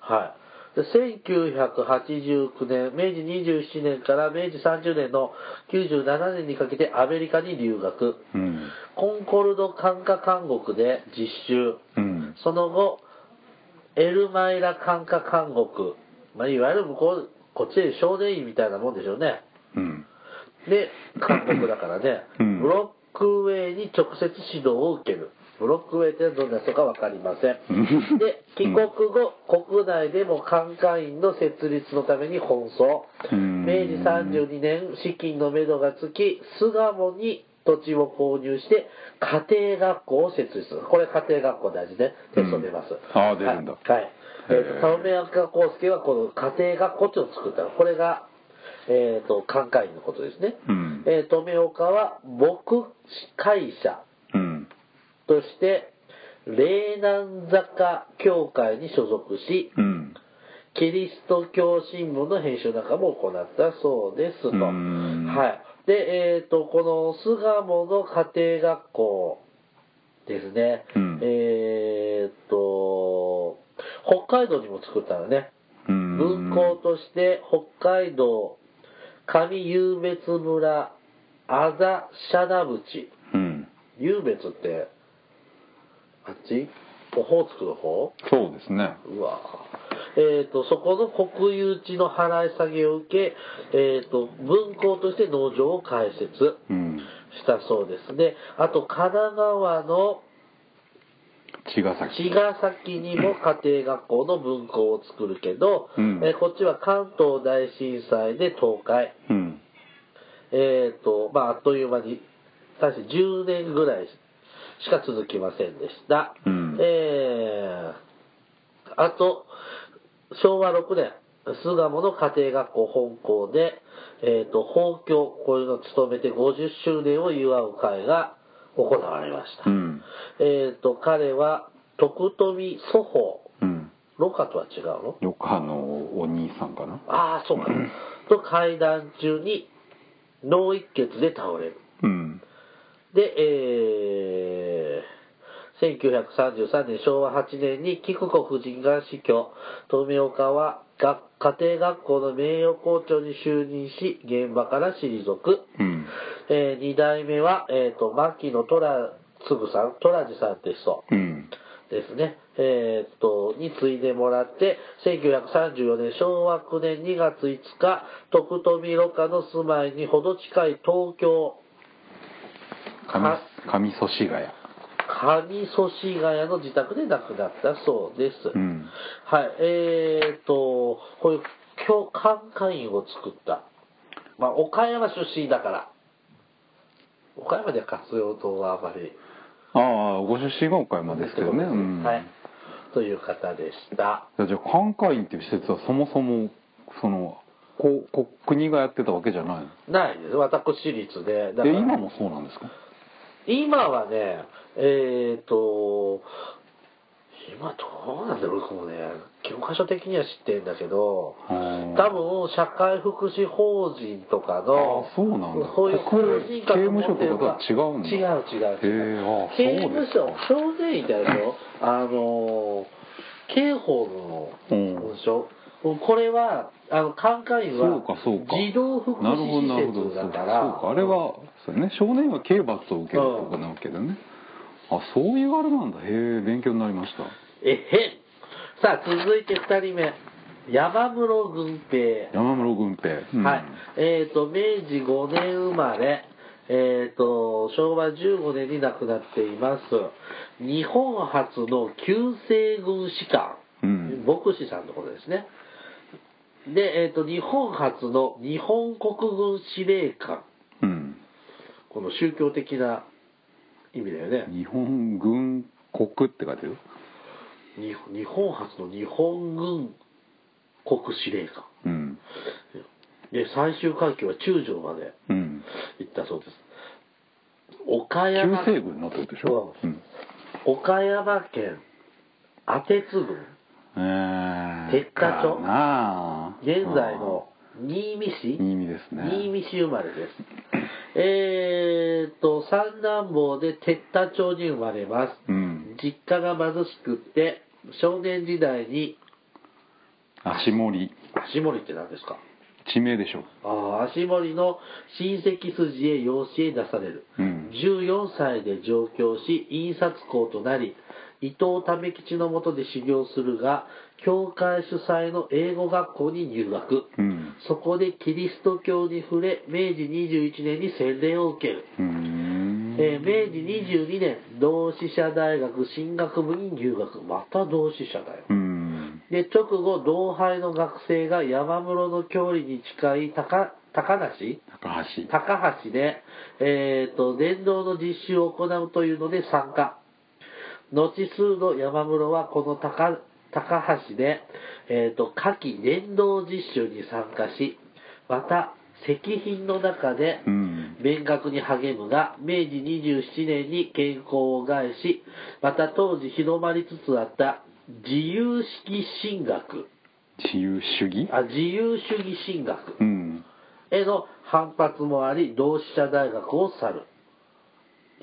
Speaker 1: はい。で、1989年、明治27年から明治30年の97年にかけてアメリカに留学。
Speaker 2: うん
Speaker 1: コンコルド管下監獄で実習。
Speaker 2: うん
Speaker 1: その後、エルマイラ管下監獄。まあ、いわゆる向こう、こっちで少年院みたいなもんでしょうね。
Speaker 2: うん
Speaker 1: で、韓国だからね、
Speaker 2: うん
Speaker 1: ブロックウェイに直接指導を受ける。ブロックウェイってどんな人かわかりませ
Speaker 2: うん
Speaker 1: ん。で、帰国後、国内でも官官員の設立のために奔走。
Speaker 2: うん
Speaker 1: 明治32年、資金のめどがつき、巣鴨に土地を購入して、家庭学校を設立する。これ家庭学校大事ね。テスト出ます。
Speaker 2: うんあー出るんだ
Speaker 1: はい。はいえー
Speaker 2: へ
Speaker 1: と、
Speaker 2: ー
Speaker 1: 田梅赤康介はこの家庭学校っていうのを作ったの。これが、えっ、と、官会員のことですね。
Speaker 2: うん
Speaker 1: えー、富岡は牧会社
Speaker 2: うん
Speaker 1: として霊南坂教会に所属し
Speaker 2: うん
Speaker 1: キリスト教新聞の編集なんかも行ったそうですと、
Speaker 2: うーん
Speaker 1: はい、で、えー、とこの巣鴨の家庭学校ですね、
Speaker 2: うん
Speaker 1: えー、と北海道にも作ったのね
Speaker 2: うん
Speaker 1: 分校として北海道上湧別村あざ社名淵
Speaker 2: うん
Speaker 1: 湧別ってあっちオホーツクの方
Speaker 2: そうですね
Speaker 1: うわぁえー、とそこの国有地の払い下げを受け、えー、と分校として農場を開設
Speaker 2: うん
Speaker 1: したそうですねあと神奈川の
Speaker 2: 茅ヶ崎
Speaker 1: 茅ヶ崎にも家庭学校の分校を作るけど、
Speaker 2: うん
Speaker 1: えーこっちは関東大震災で倒壊、
Speaker 2: うん
Speaker 1: えーとまあ、あっという間に確か10年ぐらいしか続きませんでした、
Speaker 2: うん
Speaker 1: えーあと昭和6年巣鴨の家庭学校本校で、えー、と法教こういうのを務めて50周年を祝う会が行われました、
Speaker 2: うん
Speaker 1: えー、と彼は徳富祖法
Speaker 2: うん
Speaker 1: ロカとは違うの
Speaker 2: ロカのお兄さんかな
Speaker 1: ああそうかと会談中に脳一血で倒れる
Speaker 2: うん
Speaker 1: で、えー、1933年、昭和8年に菊子夫人が死去、富岡は学家庭学校の名誉校長に就任し、現場から退く。
Speaker 2: うん
Speaker 1: え2代目は、えー、と、牧野寅次さん、寅次さんって人
Speaker 2: うん
Speaker 1: ですね。えーっと、に継いでもらって、1934年昭和9年2月5日、徳富ろ過の住まいにほど近い東京、
Speaker 2: 上上祖師ヶ谷
Speaker 1: 上祖師ヶ谷の自宅で亡くなったそうです。
Speaker 2: うん
Speaker 1: はい、えー、っと、こういう教官会員を作った。まあ、岡山出身だから。岡山では活用党はあまり。
Speaker 2: ああご出身が岡山ですけどね、うん
Speaker 1: はい。という方でした。
Speaker 2: いやじゃあ寛解院っていう施設はそもそもそのここ国がやってたわけじゃない
Speaker 1: ないです。私立で。だか
Speaker 2: の
Speaker 1: ら
Speaker 2: え今もそうなんですか
Speaker 1: 今はね、えー、っと、今どうなんだろう、僕もね、教科書的には知ってんだけど、
Speaker 2: うん
Speaker 1: 多分社会福祉法人とかの
Speaker 2: あそうなんだ
Speaker 1: そういう法
Speaker 2: 国
Speaker 1: 人格を持ってるか
Speaker 2: 刑務所とは違うんだ
Speaker 1: 違う違う違
Speaker 2: へ
Speaker 1: う
Speaker 2: えああ
Speaker 1: 刑務
Speaker 2: そ
Speaker 1: 所
Speaker 2: うですか
Speaker 1: 少年院だよあの刑法の
Speaker 2: うん
Speaker 1: 文書これはあの管轄員
Speaker 2: そ
Speaker 1: は
Speaker 2: うかそうか
Speaker 1: 児童福
Speaker 2: なるほどなる
Speaker 1: 祉
Speaker 2: ほ
Speaker 1: 施
Speaker 2: ど
Speaker 1: 設だ
Speaker 2: そう
Speaker 1: か
Speaker 2: からそうかあれはそうね少年は刑罰を受けるとこなわけだね、あそういうあれなんだへえ勉強になりました
Speaker 1: えへんさあ続いて2人目山室軍平
Speaker 2: 山室軍平、うん
Speaker 1: はい。えっ、と、明治5年生まれ、えっ、と、昭和15年に亡くなっています。日本初の旧制軍士官、
Speaker 2: うん
Speaker 1: 牧師さんのことですね。で、えっ、と、日本初の日本国軍司令官、
Speaker 2: うん
Speaker 1: この宗教的な意味だよね。
Speaker 2: 日本軍国って書いてる
Speaker 1: に日本初の日本軍国司令官。
Speaker 2: うん
Speaker 1: で、最終階級は中将まで
Speaker 2: うん
Speaker 1: 行ったそうです。岡
Speaker 2: 旧
Speaker 1: 山
Speaker 2: 西軍のってことでしょ、
Speaker 1: う
Speaker 2: うんん
Speaker 1: 岡山県当てつ郡
Speaker 2: えー
Speaker 1: 鉄火町
Speaker 2: かなあ
Speaker 1: 現在の新見市
Speaker 2: 新見ですね
Speaker 1: 新見市生まれです。えーっと、三男坊で鉄田町に生まれます。
Speaker 2: うん
Speaker 1: 実家が貧しくって、少年時代に、
Speaker 2: 足盛り
Speaker 1: 足盛って何ですか
Speaker 2: 地名でしょ
Speaker 1: ああ、足盛の親戚筋へ養子へ出される。
Speaker 2: うん
Speaker 1: 14歳で上京し、印刷工となり、伊藤為吉の下で修行するが、教会主催の英語学校に入学。
Speaker 2: うん
Speaker 1: そこでキリスト教に触れ、明治21年に洗礼を受ける。
Speaker 2: うーん
Speaker 1: えー明治22年、同志社大学進学部に入学。また同志社だよ。
Speaker 2: うん
Speaker 1: で、直後、同輩の学生が山室の距離に近い高高梨
Speaker 2: 高橋
Speaker 1: 高橋で、えっ、と、電動の実習を行うというので参加。後数の山室はこの高高橋で、えっ、と、夏季電動実習に参加し、また、石品の中で
Speaker 2: う、ん
Speaker 1: 勉学に励むが、明治27年に健康を害し、また当時広まりつつあった自由式神学、
Speaker 2: 自由主義
Speaker 1: あ自由主義神学
Speaker 2: うん
Speaker 1: への反発もあり、同志社大学を去る。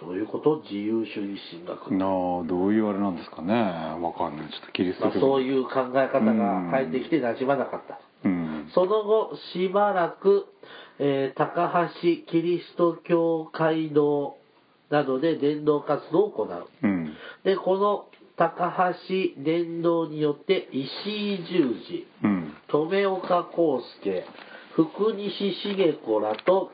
Speaker 1: どういうこと自由主義神学。
Speaker 2: なあどういうあれなんですかねわかんないちょっとキリス
Speaker 1: まあ、
Speaker 2: ト教
Speaker 1: そういう考え方が入ってきて馴染まなかった。
Speaker 2: うん
Speaker 1: その後、しばらく、えー高橋キリスト教会堂などで伝道活動を行う。
Speaker 2: うん
Speaker 1: で、この高橋伝道によって、石井十字、
Speaker 2: うん
Speaker 1: 留岡康介、福西茂子らと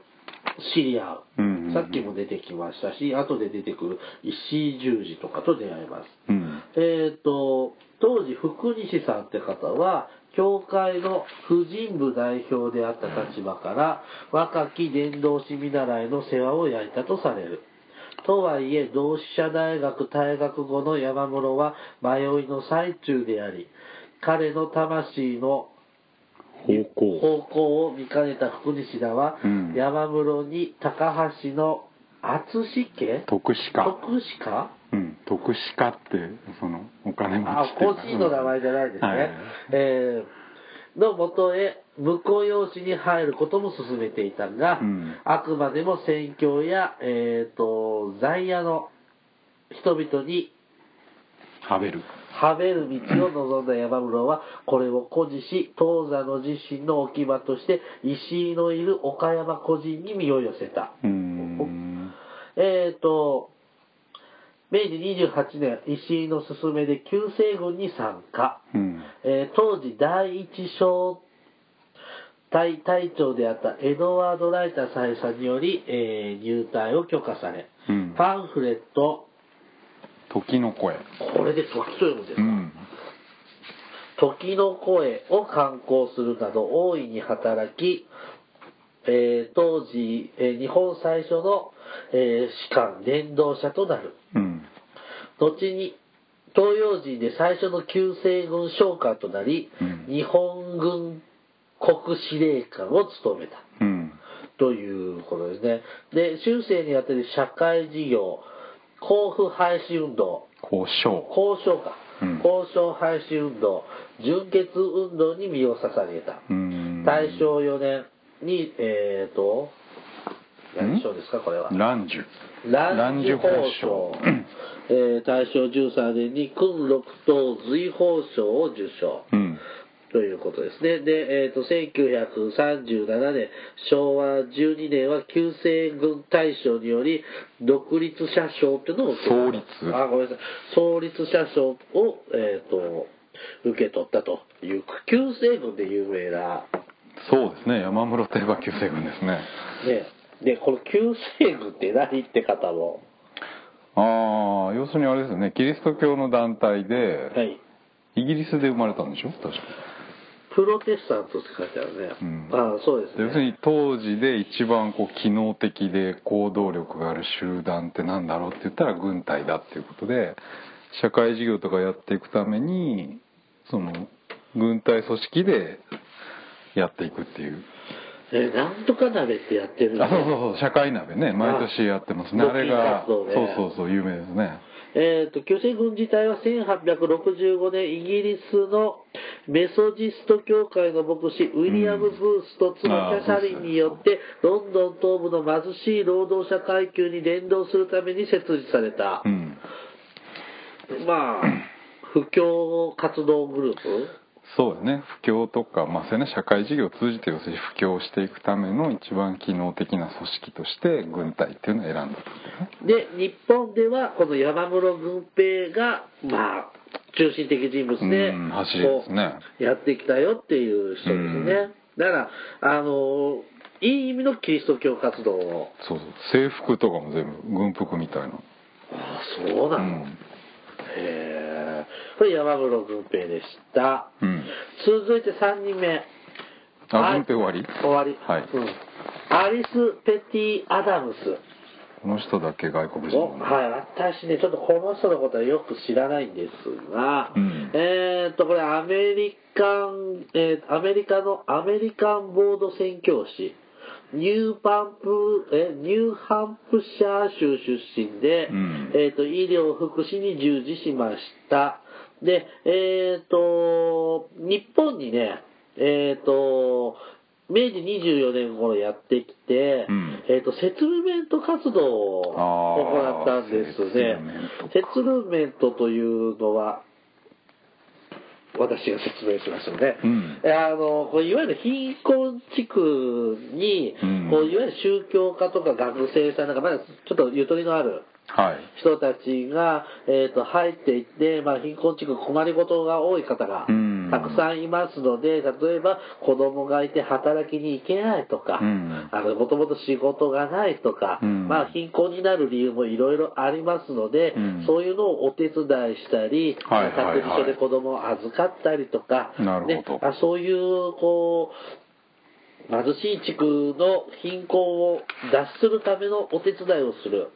Speaker 1: 知り合う。
Speaker 2: うんうんうん
Speaker 1: さっきも出てきましたし、後で出てくる石井十字とかと出会います。
Speaker 2: うん
Speaker 1: えっ、と、当時福西さんって方は、教会の婦人部代表であった立場から、若き伝道師見習いの世話を焼いたとされる。とはいえ、同志社大学退学後の山室は迷いの最中であり、彼の魂の
Speaker 2: 方向
Speaker 1: 方向を見かねた福西田は、
Speaker 2: うん
Speaker 1: 山室に高橋の厚志家
Speaker 2: 徳志家
Speaker 1: 徳志家
Speaker 2: うん徳志家ってそのお金持ち
Speaker 1: あ
Speaker 2: っ、てい
Speaker 1: コ
Speaker 2: うか
Speaker 1: ーチの名前じゃないですね。
Speaker 2: はい
Speaker 1: えーのもとへ、婿養子に入ることも進めていたが、
Speaker 2: うん
Speaker 1: あくまでも宣教や、えー、と、在野の人々に
Speaker 2: ハベル
Speaker 1: はべる道を望んだ山室は、これを誇示し、東座の自身の置き場として、石井のいる岡山個人に身を寄せた。
Speaker 2: うーん
Speaker 1: えー、と、明治28年、石井の勧めで旧西軍に参加。
Speaker 2: うん
Speaker 1: えー当時第一小隊隊長であったエドワード・ライター大佐により、えー入隊を許可され、
Speaker 2: うん
Speaker 1: パンフレット、
Speaker 2: 時の声
Speaker 1: これで時と読むんです
Speaker 2: う
Speaker 1: か、
Speaker 2: ん
Speaker 1: 時の声を刊行するなど大いに働き、えー当時、えー日本最初の、えー士官伝道者となる。
Speaker 2: うん
Speaker 1: 後に東洋人で最初の旧西軍将官となり、
Speaker 2: うん
Speaker 1: 日本軍国司令官を務めた
Speaker 2: うん
Speaker 1: ということですね。で、終生にあたる社会事業、交付廃止運動、
Speaker 2: 交渉
Speaker 1: 交渉か、
Speaker 2: うん
Speaker 1: 交渉廃止運動、純血運動に身を捧げた。
Speaker 2: うーん
Speaker 1: 大正4年に、えーと、何章ですか、これは。
Speaker 2: 蘭寿
Speaker 1: 蘭寿法賞
Speaker 2: 蘭寿法、
Speaker 1: えー大正13年に訓六等随法賞を受賞
Speaker 2: うん
Speaker 1: ということですね。で、えーと1937年、昭和12年は旧制軍大賞により独立者賞っていうのを受け取った
Speaker 2: 創立
Speaker 1: あ、ごめんなさい。創立者賞を、えーと受け取ったという、旧制軍で有名な
Speaker 2: そうですね山室といえば旧西軍ですね
Speaker 1: ね、で、この旧制軍って何って方も、
Speaker 2: ああ要するにあれですよねキリスト教の団
Speaker 1: は
Speaker 2: 体で
Speaker 1: い。
Speaker 2: イギリスで生まれたんでしょ確か
Speaker 1: プロテスタントって書いてあるね。
Speaker 2: うん
Speaker 1: あそうですね。
Speaker 2: で要するに当時で一番こう機能的で行動力がある集団ってなんだろうって言ったら軍隊だっていうことで社会事業とかやっていくためにその軍隊組織でやっていくっていう
Speaker 1: え、なんとか鍋ってやってるんで
Speaker 2: あそうそうそう社会鍋ね毎年やってますね
Speaker 1: あ
Speaker 2: あれが
Speaker 1: 募金活動ね
Speaker 2: そうそうそう有名ですね
Speaker 1: えっ、と、巨神軍自体は1865年イギリスのメソジスト教会の牧師ウィリアム・ブースと妻キャサリンによってロンドン東部の貧しい労働者階級に連動するために設立された
Speaker 2: う、ん
Speaker 1: まあ、布教活動グループ
Speaker 2: そうだね布教とか、まあ、それね社会事業を通じて要するに布教していくための一番機能的な組織として軍隊っていうのを選んだってことね
Speaker 1: で、日本ではこの山室軍平が、まあ、中心的人物で、
Speaker 2: うん走りですね
Speaker 1: こうやってきたよっていう人ですね。だから、あの、いい意味のキリスト教活動を。
Speaker 2: そうそう制服とかも全部軍服みたいな
Speaker 1: ああ、そうな
Speaker 2: う
Speaker 1: の。
Speaker 2: ん
Speaker 1: へえ。これ山室軍平でした。
Speaker 2: うん
Speaker 1: 続いて3人目。
Speaker 2: あ
Speaker 1: あ
Speaker 2: 軍兵終わり
Speaker 1: 終わり。
Speaker 2: はい
Speaker 1: うん。アリス・ペティ・アダムス。
Speaker 2: この人だけ外国人
Speaker 1: お
Speaker 2: なの
Speaker 1: はい、私ね、ちょっとこの人のことはよく知らないんですが、
Speaker 2: うん
Speaker 1: えーっと、これアメリカン、えーアメリカのアメリカンボード宣教師、ニューパンプ、え、ニューハンプシャー州出身で、
Speaker 2: うん
Speaker 1: えーっと、医療福祉に従事しました。で、えーっと、日本にね、えーっと、明治24年頃やってきて、
Speaker 2: うん
Speaker 1: えーっと、セトルメント活動を行ったんです
Speaker 2: あーセ
Speaker 1: ね
Speaker 2: ツルメント。
Speaker 1: セツルメントというのは、私が説明しましたので、
Speaker 2: うん
Speaker 1: えあのこういわゆる貧困地区に、
Speaker 2: うん
Speaker 1: こういわゆる宗教家とか学生さんなんか、まだちょっとゆとりのある
Speaker 2: はい
Speaker 1: 人たちが、えー、と入っていって、まあ、貧困地区困りごとが多い方が
Speaker 2: うん
Speaker 1: たくさんいますので、例えば子供がいて働きに行けないとか
Speaker 2: うん、
Speaker 1: あのもともと仕事がないとか、
Speaker 2: うん
Speaker 1: まあ、貧困になる理由もいろいろありますので、
Speaker 2: うん
Speaker 1: そういうのをお手伝いしたり、
Speaker 2: はいはいはい
Speaker 1: 託児所で子供を預かったりとか、
Speaker 2: なるほど
Speaker 1: ねまあそういうこう貧しい地区の貧困を脱するためのお手伝いをする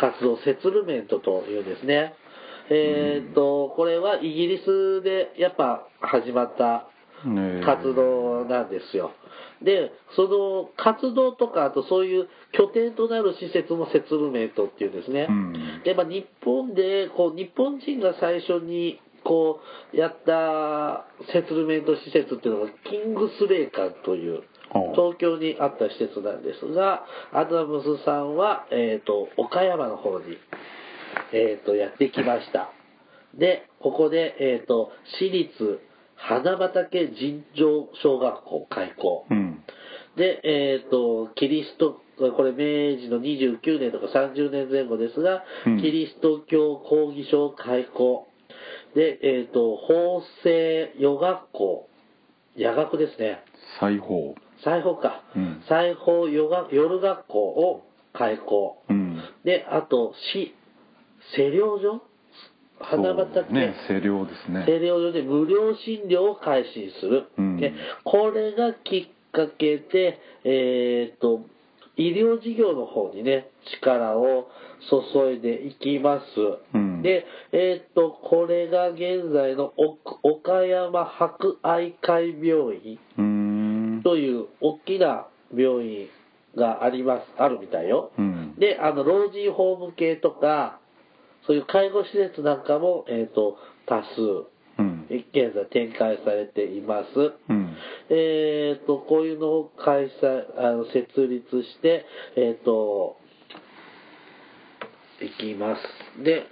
Speaker 1: 活動、セツルメントというんですね。えーっと、これはイギリスでやっぱ始まった
Speaker 2: ねえ
Speaker 1: 活動なんですよ。で、その活動とか、あとそういう拠点となる施設もセツルメントっていうんですね。
Speaker 2: うん
Speaker 1: で、まあ、日本で、こう、日本人が最初に、こう、やったセトルメント施設っていうのが、キングスレイ館という、
Speaker 2: おう
Speaker 1: 東京にあった施設なんですが、アダムスさんは、えっ、と、岡山の方に、えっ、と、やってきました。で、ここで、えっ、と、私立花畑尋常小学校開校。
Speaker 2: うん
Speaker 1: で、えっ、と、キリスト、これ明治の29年とか30年前後ですが、
Speaker 2: うん
Speaker 1: キリスト教講義所開校。で、えっ、と、法制予学校。夜学ですね。
Speaker 2: 裁縫
Speaker 1: 裁縫か。
Speaker 2: うん
Speaker 1: 裁縫予学夜学校を開校。
Speaker 2: うん
Speaker 1: で、あと、市、施療所花
Speaker 2: そう
Speaker 1: 畑、
Speaker 2: ね清涼ですね
Speaker 1: 清涼所で無料診療を開始する、
Speaker 2: うん
Speaker 1: でこれがきっかけで、えーっと医療事業の方にね力を注いでいきます、
Speaker 2: うん
Speaker 1: で、えーっとこれが現在のお岡山博愛会病院
Speaker 2: うーん
Speaker 1: という大きな病院がありますあるみたいよ、
Speaker 2: うん
Speaker 1: で、あの、老人ホーム系とか、そういう介護施設なんかも、えっ、と、多数、
Speaker 2: うん
Speaker 1: 現在展開されています。
Speaker 2: うん
Speaker 1: えっ、と、こういうのを開催、あの、設立して、えっ、と、いきます。で、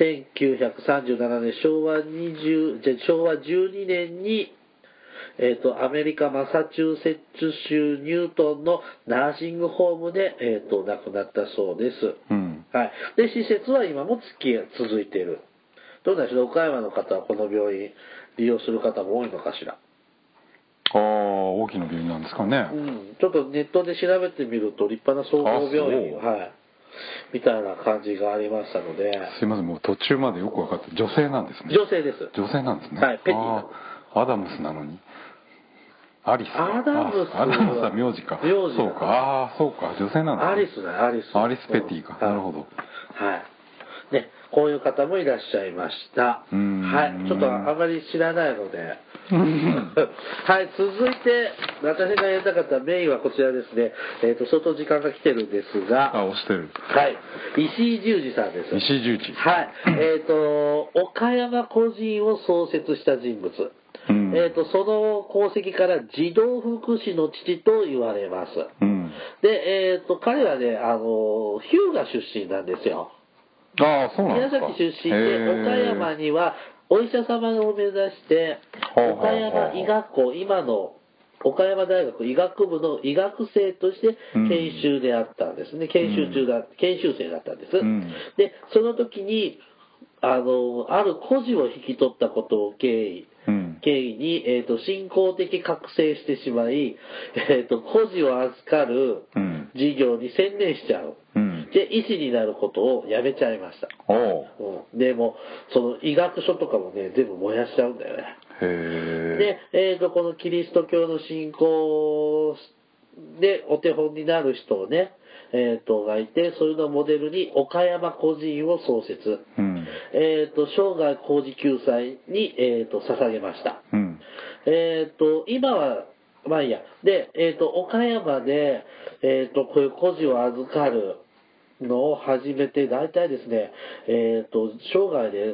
Speaker 1: 1937年、昭和20、じゃ昭和12年に、えっ、と、アメリカマサチューセッツ州ニュートンのナーシングホームで、えっ、と、亡くなったそうです。
Speaker 2: うん
Speaker 1: はい。で、施設は今も月が続いている。どうなんでしょう岡山の方はこの病院利用する方も多いのかしら。
Speaker 2: ああ大きな病院なんですかね
Speaker 1: うん。ちょっとネットで調べてみると立派な総合病院、
Speaker 2: あそう
Speaker 1: はい。みたいな感じがありましたので、
Speaker 2: すいませんもう途中までよく分かって女性なんですね
Speaker 1: 女性です。
Speaker 2: 女性なんですね
Speaker 1: はいペティ
Speaker 2: あーアダムスなのにアリスか
Speaker 1: アダムス
Speaker 2: あアダムスは名字か
Speaker 1: 名字だ
Speaker 2: そうかああそうか女性なんですね
Speaker 1: アリスだ、アリス。
Speaker 2: アリスペティか
Speaker 1: うん
Speaker 2: なるほど
Speaker 1: はい。ね、こういう方もいらっしゃいました。
Speaker 2: うーん
Speaker 1: はい。ちょっとあまり知らないので、 (laughs) はい、続いて、私がやりたかったメインはこちらですね。えっ、と、相当時間が来てるんです
Speaker 2: あ
Speaker 1: が、
Speaker 2: 押してる
Speaker 1: はい、石井十二さんです。
Speaker 2: 石井十一
Speaker 1: はい、えっ、と、岡山個人を創設した人物。
Speaker 2: うん
Speaker 1: えっ、と、その功績から児童福祉の父と言われます。
Speaker 2: うん
Speaker 1: で、えっ、と、彼はね、あの、日向出身なんですよ。
Speaker 2: ああそうなんで
Speaker 1: 宮
Speaker 2: すか
Speaker 1: 崎出身
Speaker 2: へ
Speaker 1: で
Speaker 2: え
Speaker 1: 岡山にはお医者様を目指して
Speaker 2: ほうほうほう
Speaker 1: 岡山医学校今の岡山大学医学部の医学生として
Speaker 2: うん
Speaker 1: 研修であったんですね、研修中だ、研修生だったんです、
Speaker 2: うん
Speaker 1: でその時にあのある孤児を引き取ったことを経緯
Speaker 2: うん
Speaker 1: 経緯に、えー、と信仰的覚醒してしまい、えー、と孤児を預かる
Speaker 2: うん
Speaker 1: 事業に専念しちゃう
Speaker 2: うん
Speaker 1: で医師になることをやめちゃいました
Speaker 2: おおう
Speaker 1: うん、でもうその医学書とかもね全部燃やしちゃうんだよね。
Speaker 2: へ
Speaker 1: で、えー、とこのキリスト教の信仰でお手本になる人をね、えー、とがいてそれのモデルに岡山孤児院を創設、
Speaker 2: えうん
Speaker 1: えー、と生涯工事救済に、えー、と捧げました。
Speaker 2: うん
Speaker 1: えっ、と、今は、まあいいや。で、えっ、と、岡山で、えっ、と、こういう孤児を預かるのを始めて、大体ですね、えっ、と、生涯でん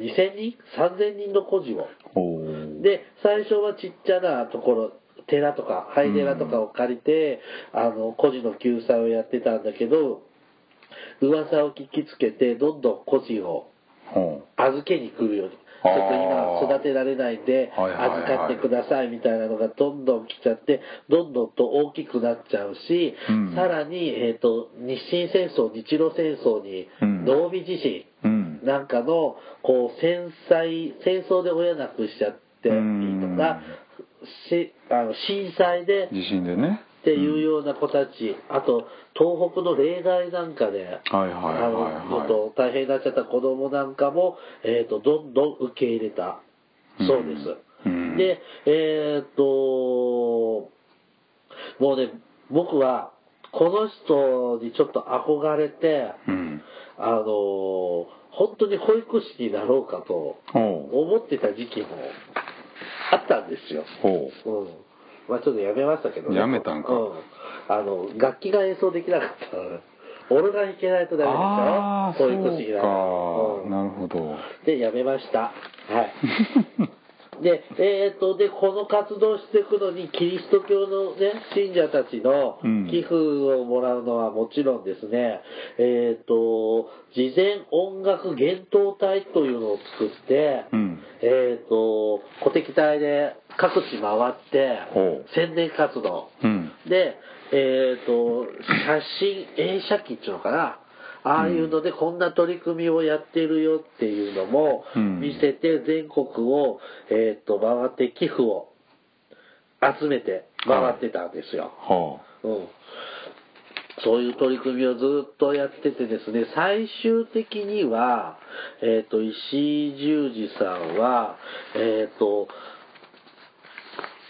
Speaker 1: 2000人 ?3000 人の孤児を。
Speaker 2: おお
Speaker 1: で、最初はちっちゃなところ、寺とか、灰寺とかを借りて、あの、孤児の救済をやってたんだけど、噂を聞きつけて、どんどん孤児を
Speaker 2: ほ
Speaker 1: 預けに来るように。ち
Speaker 2: あ
Speaker 1: ょっと
Speaker 2: ー
Speaker 1: 今育てられないんで、
Speaker 2: はいはいはい
Speaker 1: 預かってくださいみたいなのがどんどん来ちゃって、どんどんと大きくなっちゃうし、
Speaker 2: うん
Speaker 1: さらに、えっ、と、日清戦争、日露戦争に、
Speaker 2: うん
Speaker 1: 濃尾地震
Speaker 2: ううん
Speaker 1: なんかの、こう、戦災、戦争で親亡くしちゃっていいとか、しあの震災で、
Speaker 2: 地震でね
Speaker 1: っていうような子たち、あと東北の例外なんかで、
Speaker 2: はいはいはいは
Speaker 1: あ
Speaker 2: い
Speaker 1: のちょっと大変になっちゃった子供なんかも、えー、とどんどん受け入れたそうです。
Speaker 2: うんうん
Speaker 1: で、えっ、と、もうね、僕はこの人にちょっと憧れて、
Speaker 2: うん
Speaker 1: あの、本当に保育士になろうかと
Speaker 2: おお
Speaker 1: 思ってた時期もあったんですよ。
Speaker 2: ほう
Speaker 1: うん。まあちょっとやめましたけど
Speaker 2: やめたんか
Speaker 1: うん。あの、楽器が演奏できなかったのねオルガン弾けないとダ
Speaker 2: ああ
Speaker 1: メで
Speaker 2: そ
Speaker 1: しょ保育士になる
Speaker 2: うか
Speaker 1: うん
Speaker 2: なるほど (laughs)
Speaker 1: で、やめました。はい。で、えーっと、で、この活動していくのに、キリスト教のね、信者たちの
Speaker 2: うん
Speaker 1: 寄付をもらうのはもちろんですね、えーっと、事前音楽幻灯隊というのを作って、
Speaker 2: うん
Speaker 1: えー、と鼓笛隊で各地回って
Speaker 2: ほう
Speaker 1: 宣伝活動
Speaker 2: うん
Speaker 1: で、えー、と写真映写機っていうのかなああいうのでこんな取り組みをやってるよっていうのも
Speaker 2: うん
Speaker 1: 見せて全国を、えー、と回って寄付を集めて回ってたんですよ。
Speaker 2: は
Speaker 1: うんそういう取り組みをずっとやっててですね、最終的には、えっ、と、石井十二さんは、えっ、と、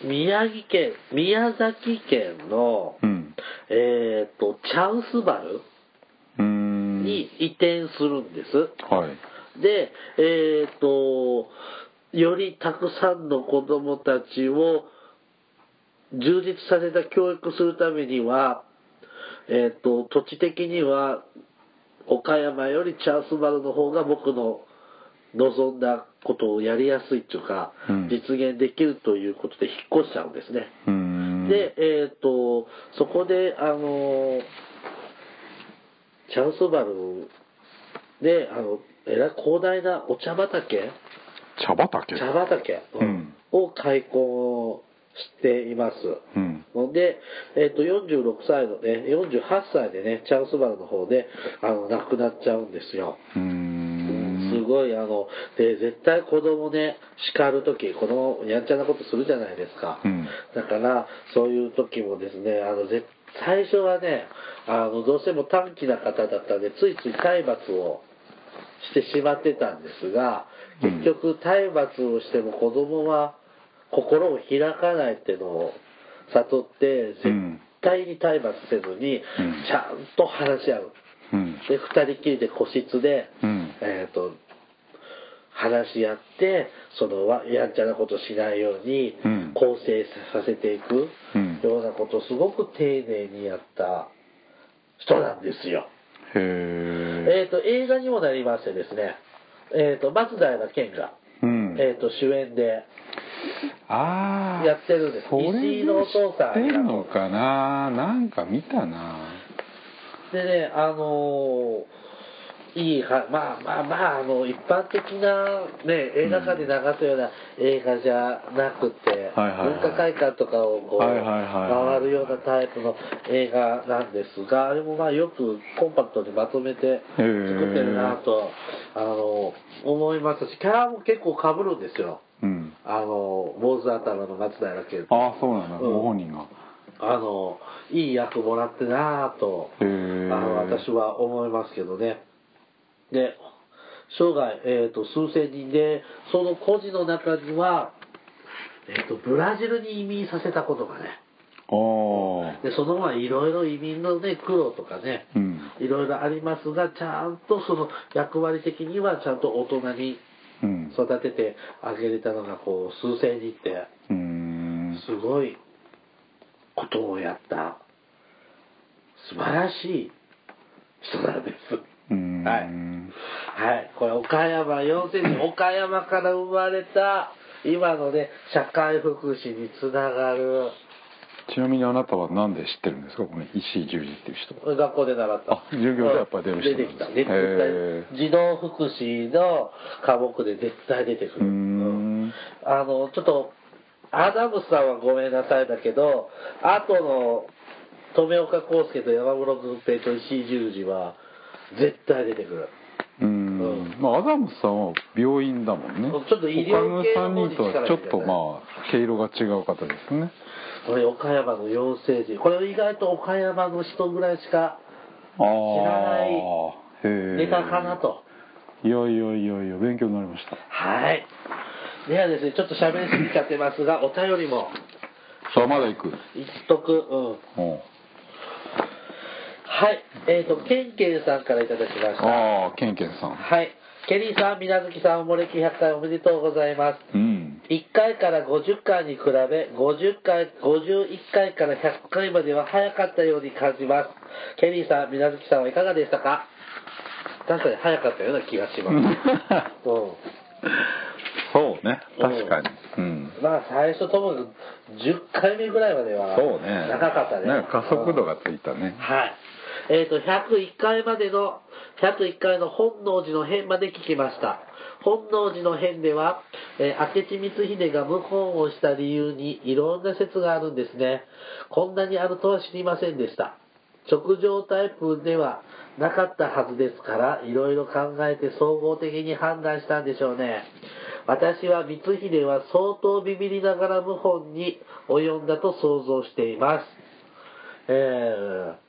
Speaker 1: 宮城県、宮崎県の
Speaker 2: あ、うん
Speaker 1: えっ、と、チャウスバル
Speaker 2: うーん
Speaker 1: に移転するんです。
Speaker 2: はい
Speaker 1: で、えっ、と、よりたくさんの子供たちを充実させた教育するためには、えっ、と、土地的には、岡山よりチャンスバルの方が僕の望んだことをやりやすいというか、
Speaker 2: うん
Speaker 1: 実現できるということで引っ越しちゃうんですね。
Speaker 2: うーん
Speaker 1: で、えっ、と、そこで、あの、チャンスバルで、あの、えらい広大なお茶畑、
Speaker 2: 茶畑
Speaker 1: 茶畑、
Speaker 2: うん
Speaker 1: を開校しています。
Speaker 2: うん
Speaker 1: ので、えっ、と、46歳のね、48歳でね、チャンスバルの方で、あの、亡くなっちゃうんですよ。
Speaker 2: うーん
Speaker 1: すごい、あの、で、絶対子供ね、叱るとき、子供、やんちゃなことするじゃないですか。
Speaker 2: うん
Speaker 1: だから、そういう時もですね、あの、ぜ最初はね、あの、どうしても短気な方だったんで、ついつい体罰をしてしまってたんですが、
Speaker 2: うん
Speaker 1: 結局、体罰をしても子供は心を開かないっていうのを悟って、
Speaker 2: う
Speaker 1: 絶
Speaker 2: ん
Speaker 1: 対に体罰せずに、
Speaker 2: ん
Speaker 1: ちゃんと話し合う。
Speaker 2: うん
Speaker 1: で、二人きりで個室で、
Speaker 2: うん
Speaker 1: えっ、と、話し合ってそのわやんちゃなことしないように
Speaker 2: うん
Speaker 1: 構成させていく
Speaker 2: うん
Speaker 1: ようなことをすごく丁寧にやった人なんですよ。
Speaker 2: へ
Speaker 1: え
Speaker 2: え
Speaker 1: ー、と映画にもなりましてですね、えー、と松平健が、
Speaker 2: うん
Speaker 1: えー、と主演で
Speaker 2: ああ
Speaker 1: やってるんです
Speaker 2: それ
Speaker 1: 石井のお父さんが
Speaker 2: 知ってんのかななんか見たな
Speaker 1: でねあのーいいはまあまあまああの一般的な、ね、映画館で流すような映画じゃなくて、
Speaker 2: はいはいはい
Speaker 1: 文化会館とかをこう、
Speaker 2: はいはいはいは
Speaker 1: 回
Speaker 2: い
Speaker 1: るようなタイプの映画なんですがあれもまあよくコンパクトにまとめて作ってるなと、あの思いますしキャラも結構かぶるんですよ。
Speaker 2: うん
Speaker 1: あの坊主頭の松平健
Speaker 2: ああそうなんだ、
Speaker 1: うん
Speaker 2: ご本人が
Speaker 1: あのいい役もらってなぁと
Speaker 2: へ
Speaker 1: あ
Speaker 2: え
Speaker 1: の私は思いますけどねで生涯、えー、と数千人でその孤児の中には、えー、とブラジルに移民させたことがね
Speaker 2: ああ
Speaker 1: でその前いろいろ移民のね苦労とかね
Speaker 2: うん
Speaker 1: いろいろありますがちゃんとその役割的にはちゃんと大人に
Speaker 2: うん
Speaker 1: 育ててあげれたのがこう数千人って
Speaker 2: うーん
Speaker 1: すごいことをやった素晴らしい人なんです。
Speaker 2: うーん
Speaker 1: はいはい、これ岡山4世紀岡山から生まれた今のね社会福祉につながる
Speaker 2: ちなみにあなたはなんで知ってるんですかこの石井十二っていう人
Speaker 1: 学校で習った
Speaker 2: あ授業でやっぱ出る人
Speaker 1: 出てきた
Speaker 2: なんです
Speaker 1: 絶
Speaker 2: ねへ
Speaker 1: 対児童福祉の科目で絶対出てくる
Speaker 2: うーん
Speaker 1: あのちょっとアダムスさんはごめんなさいだけど後の富岡康介と山室軍平と石井十二は絶対出てくる
Speaker 2: うーんまあアダムスさんは病院だもんね
Speaker 1: そうちょっと医療系
Speaker 2: 他
Speaker 1: の
Speaker 2: の3人とはちょっと
Speaker 1: 方
Speaker 2: まあ毛色が違う方ですね
Speaker 1: これ岡山の養成人これ意外と岡山の人ぐらいしか
Speaker 2: ああ
Speaker 1: 知らない
Speaker 2: へえ
Speaker 1: ネタかなと
Speaker 2: いやいやいやいや勉強になりました
Speaker 1: はいではですねちょっと喋りすぎちゃってますがお便りも
Speaker 2: さあまだ行く
Speaker 1: 言っとくうん
Speaker 2: おう
Speaker 1: はいえっ、ー、とケンケンさんからいただきました
Speaker 2: ああケンケンさん
Speaker 1: はい。ケリーさん、水無月さん、おもれき100回おめでとうございます。 (laughs)
Speaker 2: うん
Speaker 1: 1回から50回に比べ、50回、51回から100回までは早かったように感じます。ケリーさん、水無月さんはいかがでしたか確かに早かったような気がします。う
Speaker 2: そうね確かにうん
Speaker 1: ん。まあ、最初ともかく10回目ぐらいまでは、
Speaker 2: そうね
Speaker 1: 長かったね。
Speaker 2: なんか加速度がついたね
Speaker 1: はい。えっ、と、101回までの、101回の本能寺の変まで聞きました。本能寺の変では、えー明智光秀が謀反をした理由にいろんな説があるんですね。こんなにあるとは知りませんでした。直情タイプではなかったはずですから、いろいろ考えて総合的に判断したんでしょうね。私は光秀は相当ビビりながら謀反に及んだと想像しています。えー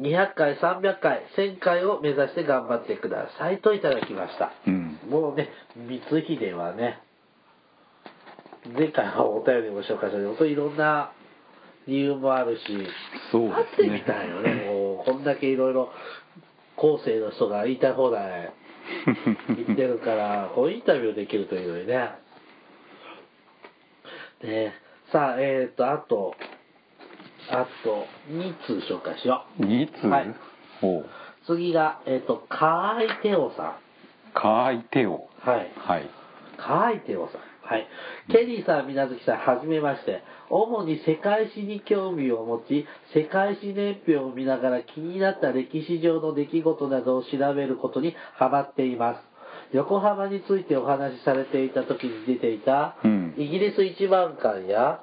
Speaker 1: 200回、300回、1000回を目指して頑張ってくださいといただきました。
Speaker 2: うん
Speaker 1: もうね、光秀はね、前回はお便りも紹介したけど、本当にいろんな理由もあるし、
Speaker 2: そう
Speaker 1: 会って
Speaker 2: です
Speaker 1: み
Speaker 2: ね
Speaker 1: たいよ
Speaker 2: (laughs)
Speaker 1: ね、もう、こんだけいろいろ、後世の人が言いたい放題言ってる
Speaker 2: (laughs)
Speaker 1: から、こうインタビューできるというのにね。ねさあ、えっ、と、あと、あと、2通紹介しよ
Speaker 2: いつ、
Speaker 1: はい
Speaker 2: おう
Speaker 1: う。次が、えっ、と、河合テオさ
Speaker 2: かーいてを
Speaker 1: ん。はい。
Speaker 2: はい
Speaker 1: 河合テオさん。はい。ケリーさん、みなずきさん、はじめまして。主に世界史に興味を持ち、世界史年表を見ながら気になった歴史上の出来事などを調べることにハマっています。横浜についてお話しされていた時に出ていた、
Speaker 2: うん
Speaker 1: イギリス一番館や、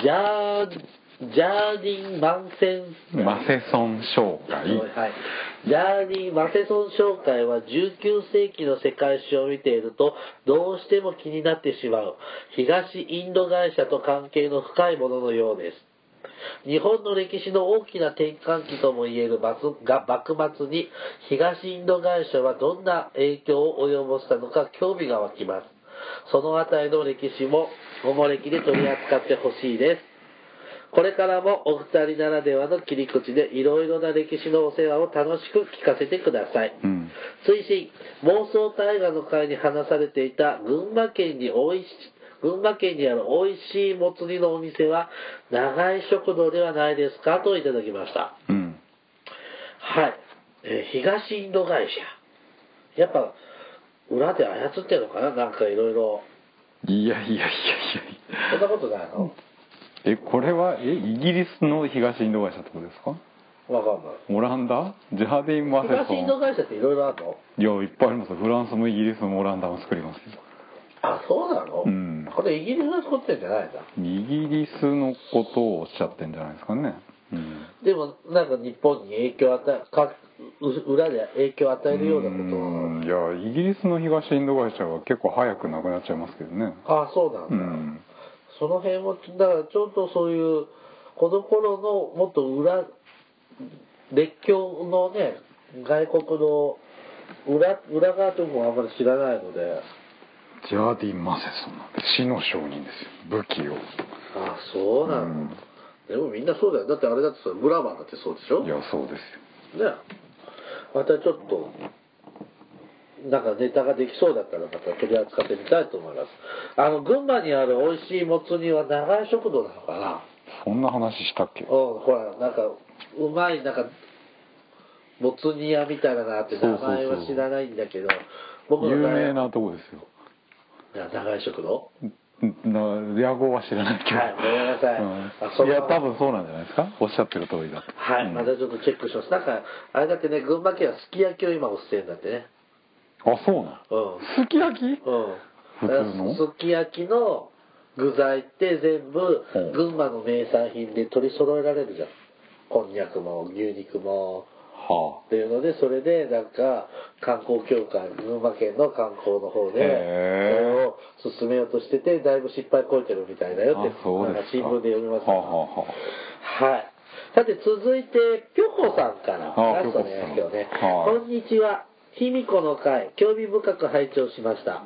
Speaker 1: ジャー、ジャーディン万戦
Speaker 2: マセソン商
Speaker 1: は
Speaker 2: 会
Speaker 1: い、ジャーニー・マセソン商会は19世紀の世界史を見ているとどうしても気になってしまう東インド会社と関係の深いもののようです日本の歴史の大きな転換期ともいえる幕が幕末に東インド会社はどんな影響を及ぼしたのか興味が湧きますそのあたりの歴史もおもれきで取り扱ってほしいですこれからもお二人ならではの切り口でいろいろな歴史のお世話を楽しく聞かせてください。
Speaker 2: うん
Speaker 1: 推進、妄想大河の会に話されていた群馬県においし群馬県にある美味しいもつ煮のお店は、長井食堂ではないですかといただきました。
Speaker 2: うん
Speaker 1: はい。えー東インド会社。やっぱ、裏で操ってるのかななんかいろいろ。
Speaker 2: いやいやいやいや
Speaker 1: そんなことないの
Speaker 2: えこれはえイギリスの東インド会社ってことですか
Speaker 1: わかんない。
Speaker 2: オランダジャーディン・マセソン
Speaker 1: 東インド会社っていろいろあるの
Speaker 2: いやいっぱいありますよフランスもイギリスもオランダも作りますよ
Speaker 1: あ、そうなの、
Speaker 2: うん
Speaker 1: これイギリスが作ってんじゃないんだ。
Speaker 2: イギリスのことをおっしゃってんじゃないですかねうん
Speaker 1: でも、なんか日本に影響を与え、かう裏で影響を与えるようなこと
Speaker 2: うんいやイギリスの東インド会社は結構早くなくなっちゃいますけどね
Speaker 1: あそうなんだ、
Speaker 2: うん
Speaker 1: その辺もだからちょっとそういうこの頃のもっと裏列強のね外国の裏裏側というのもあんまり知らないので
Speaker 2: ジャーディン・マセソンなんで死の証人ですよ武器を
Speaker 1: あそうなの、
Speaker 2: うん
Speaker 1: でもみんなそうだよだってあれだってさグラバーだってそうでしょ
Speaker 2: い
Speaker 1: ね
Speaker 2: やそうですよ
Speaker 1: またちょっとなんかネタができそうだったらまた取り扱ってみたいと思いますあの群馬にある美味しいもつ煮は長井食堂なのかな
Speaker 2: そんな話したっけ
Speaker 1: うん、ほら、なんか、うまい、なんか、もつ煮屋みたいなのがあって、
Speaker 2: そうそ
Speaker 1: 名
Speaker 2: うそう
Speaker 1: 前は知らないんだけど、僕
Speaker 2: 有
Speaker 1: の大
Speaker 2: 名なとこですよ
Speaker 1: 長い食堂
Speaker 2: な野望は知らないけど、
Speaker 1: はいごめんなさいあそ
Speaker 2: うん、
Speaker 1: の
Speaker 2: いや多分そうなんじゃないですかおっしゃってる通りだと
Speaker 1: はい、
Speaker 2: うん
Speaker 1: またちょっとチェックします。なんか、あれだってね、群馬県はすき焼きを今おすすめだってね。
Speaker 2: あそうな
Speaker 1: う
Speaker 2: の
Speaker 1: ん。
Speaker 2: すき焼き
Speaker 1: う
Speaker 2: 普
Speaker 1: ん。
Speaker 2: 通の
Speaker 1: すき焼きの具材って全部
Speaker 2: うん、
Speaker 1: 群馬の名産品で取り揃えられるじゃん。こんにゃくも、牛肉も、
Speaker 2: は
Speaker 1: っていうのでそれでなんか観光協会群馬県の観光の方でそ
Speaker 2: へー
Speaker 1: れを進めようとしててだいぶ失敗こいてるみたいだ
Speaker 2: あ
Speaker 1: よ
Speaker 2: あ
Speaker 1: って
Speaker 2: そう
Speaker 1: なん
Speaker 2: で
Speaker 1: か
Speaker 2: すか
Speaker 1: 新聞で読みました
Speaker 2: はあ、はあは
Speaker 1: はいさて続いてぴょこさんから
Speaker 2: あ
Speaker 1: ラストね
Speaker 2: ぴょ
Speaker 1: 今
Speaker 2: こ
Speaker 1: 日ねこん
Speaker 2: さんはい
Speaker 1: にちは卑弥呼の会興味深く拝聴しました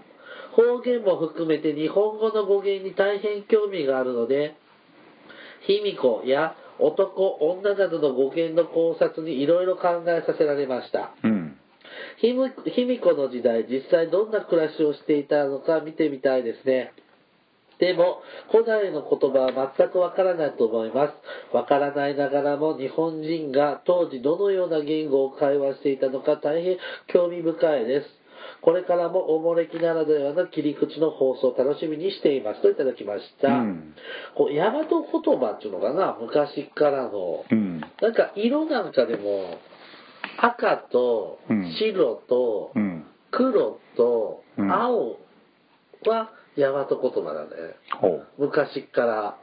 Speaker 1: 方言も含めて日本語の語源に大変興味があるので卑弥呼や男女などの語源の考察にいろいろ考えさせられました
Speaker 2: あうん
Speaker 1: 卑弥卑弥呼の時代、実際どんな暮らしをしていたのか見てみたいですね。でも、古代の言葉は全くわからないと思います。わからないながらも日本人が当時どのような言語を会話していたのか大変興味深いです。これからもおもれきならではの切り口の放送を楽しみにしていますといただきました。
Speaker 2: うん
Speaker 1: こう、大和言葉っていうのかな昔からの。
Speaker 2: うん
Speaker 1: なんか色なんかでも赤と
Speaker 2: うん
Speaker 1: 白と
Speaker 2: うん
Speaker 1: 黒と
Speaker 2: うん
Speaker 1: 青は大和言葉だね
Speaker 2: ほう
Speaker 1: 昔から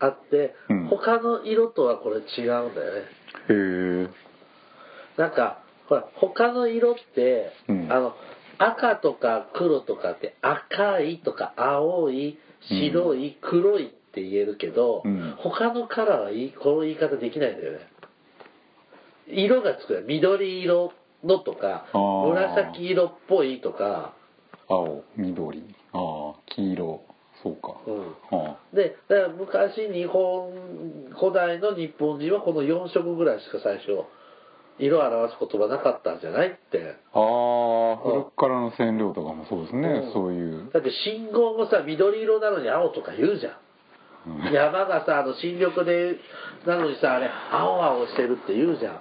Speaker 1: あって
Speaker 2: うん
Speaker 1: 他の色とはこれ違うんだよね
Speaker 2: へえ
Speaker 1: なんかほら他の色って、
Speaker 2: うん
Speaker 1: あの赤とか黒とかって赤いとか青い白い、黒いって言えるけど、
Speaker 2: うん
Speaker 1: 他のカラーはいいこの言い方できないんだよね色がつくよ緑色のとか
Speaker 2: あー
Speaker 1: 紫色っぽいとか、
Speaker 2: 青緑ああ黄色そうか、
Speaker 1: うん、
Speaker 2: あ
Speaker 1: でだから昔日本古代の日本人はこの4色ぐらいしか最初色を表す言葉なかったんじゃないって
Speaker 2: あああ古くからの染料とかもそうですね、
Speaker 1: うん
Speaker 2: そういう
Speaker 1: だって信号もさ緑色なのに青とか言うじゃん
Speaker 2: うん
Speaker 1: 山がさあの新緑でなのにさあれ青青してるって言うじゃん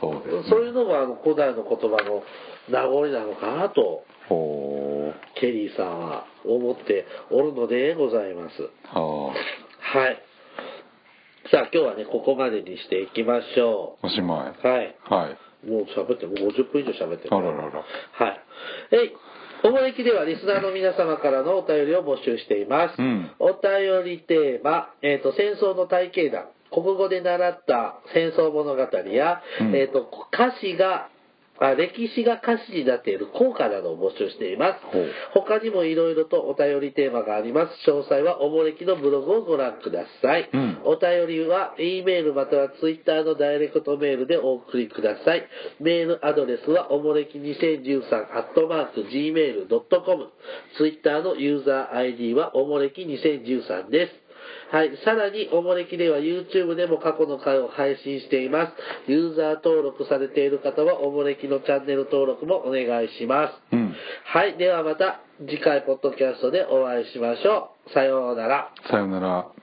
Speaker 2: そうです、ね、
Speaker 1: そういうのもあの古代の言葉の名残なのかなと
Speaker 2: ほ
Speaker 1: ケリーさんは思っておるのでございます
Speaker 2: うは
Speaker 1: はいさあ今日はねここまでにしていきましょ
Speaker 2: あおしまいう
Speaker 1: はい
Speaker 2: はい
Speaker 1: もう喋ってもう50分以上喋ってる
Speaker 2: あららら
Speaker 1: はい。えい。おもれきではリスナーの皆様からのお便りを募集しています。
Speaker 2: うん
Speaker 1: お便りテーマ、えっ、と、戦争の体系談、国語で習った戦争物語や、
Speaker 2: うん
Speaker 1: えっ、と、歌詞が、あ歴史が歌詞になっている効果などを募集しています
Speaker 2: ほう。
Speaker 1: 他にもいろいろとお便りテーマがあります。詳細はおもれきのブログをご覧ください。
Speaker 2: うん
Speaker 1: お便りは、E メールまたは Twitter のダイレクトメールでお送りください。メールアドレスは、おもれき2013、アットマーク、gmail.com。Twitter のユーザー ID は、おもれき2013です。はい。さらに、おもれきでは YouTube でも過去の回を配信しています。ユーザー登録されている方は、おもれきのチャンネル登録もお願いします。
Speaker 2: うん
Speaker 1: はい。ではまた次回ポッドキャストでお会いしましょう。さようなら。
Speaker 2: さよなら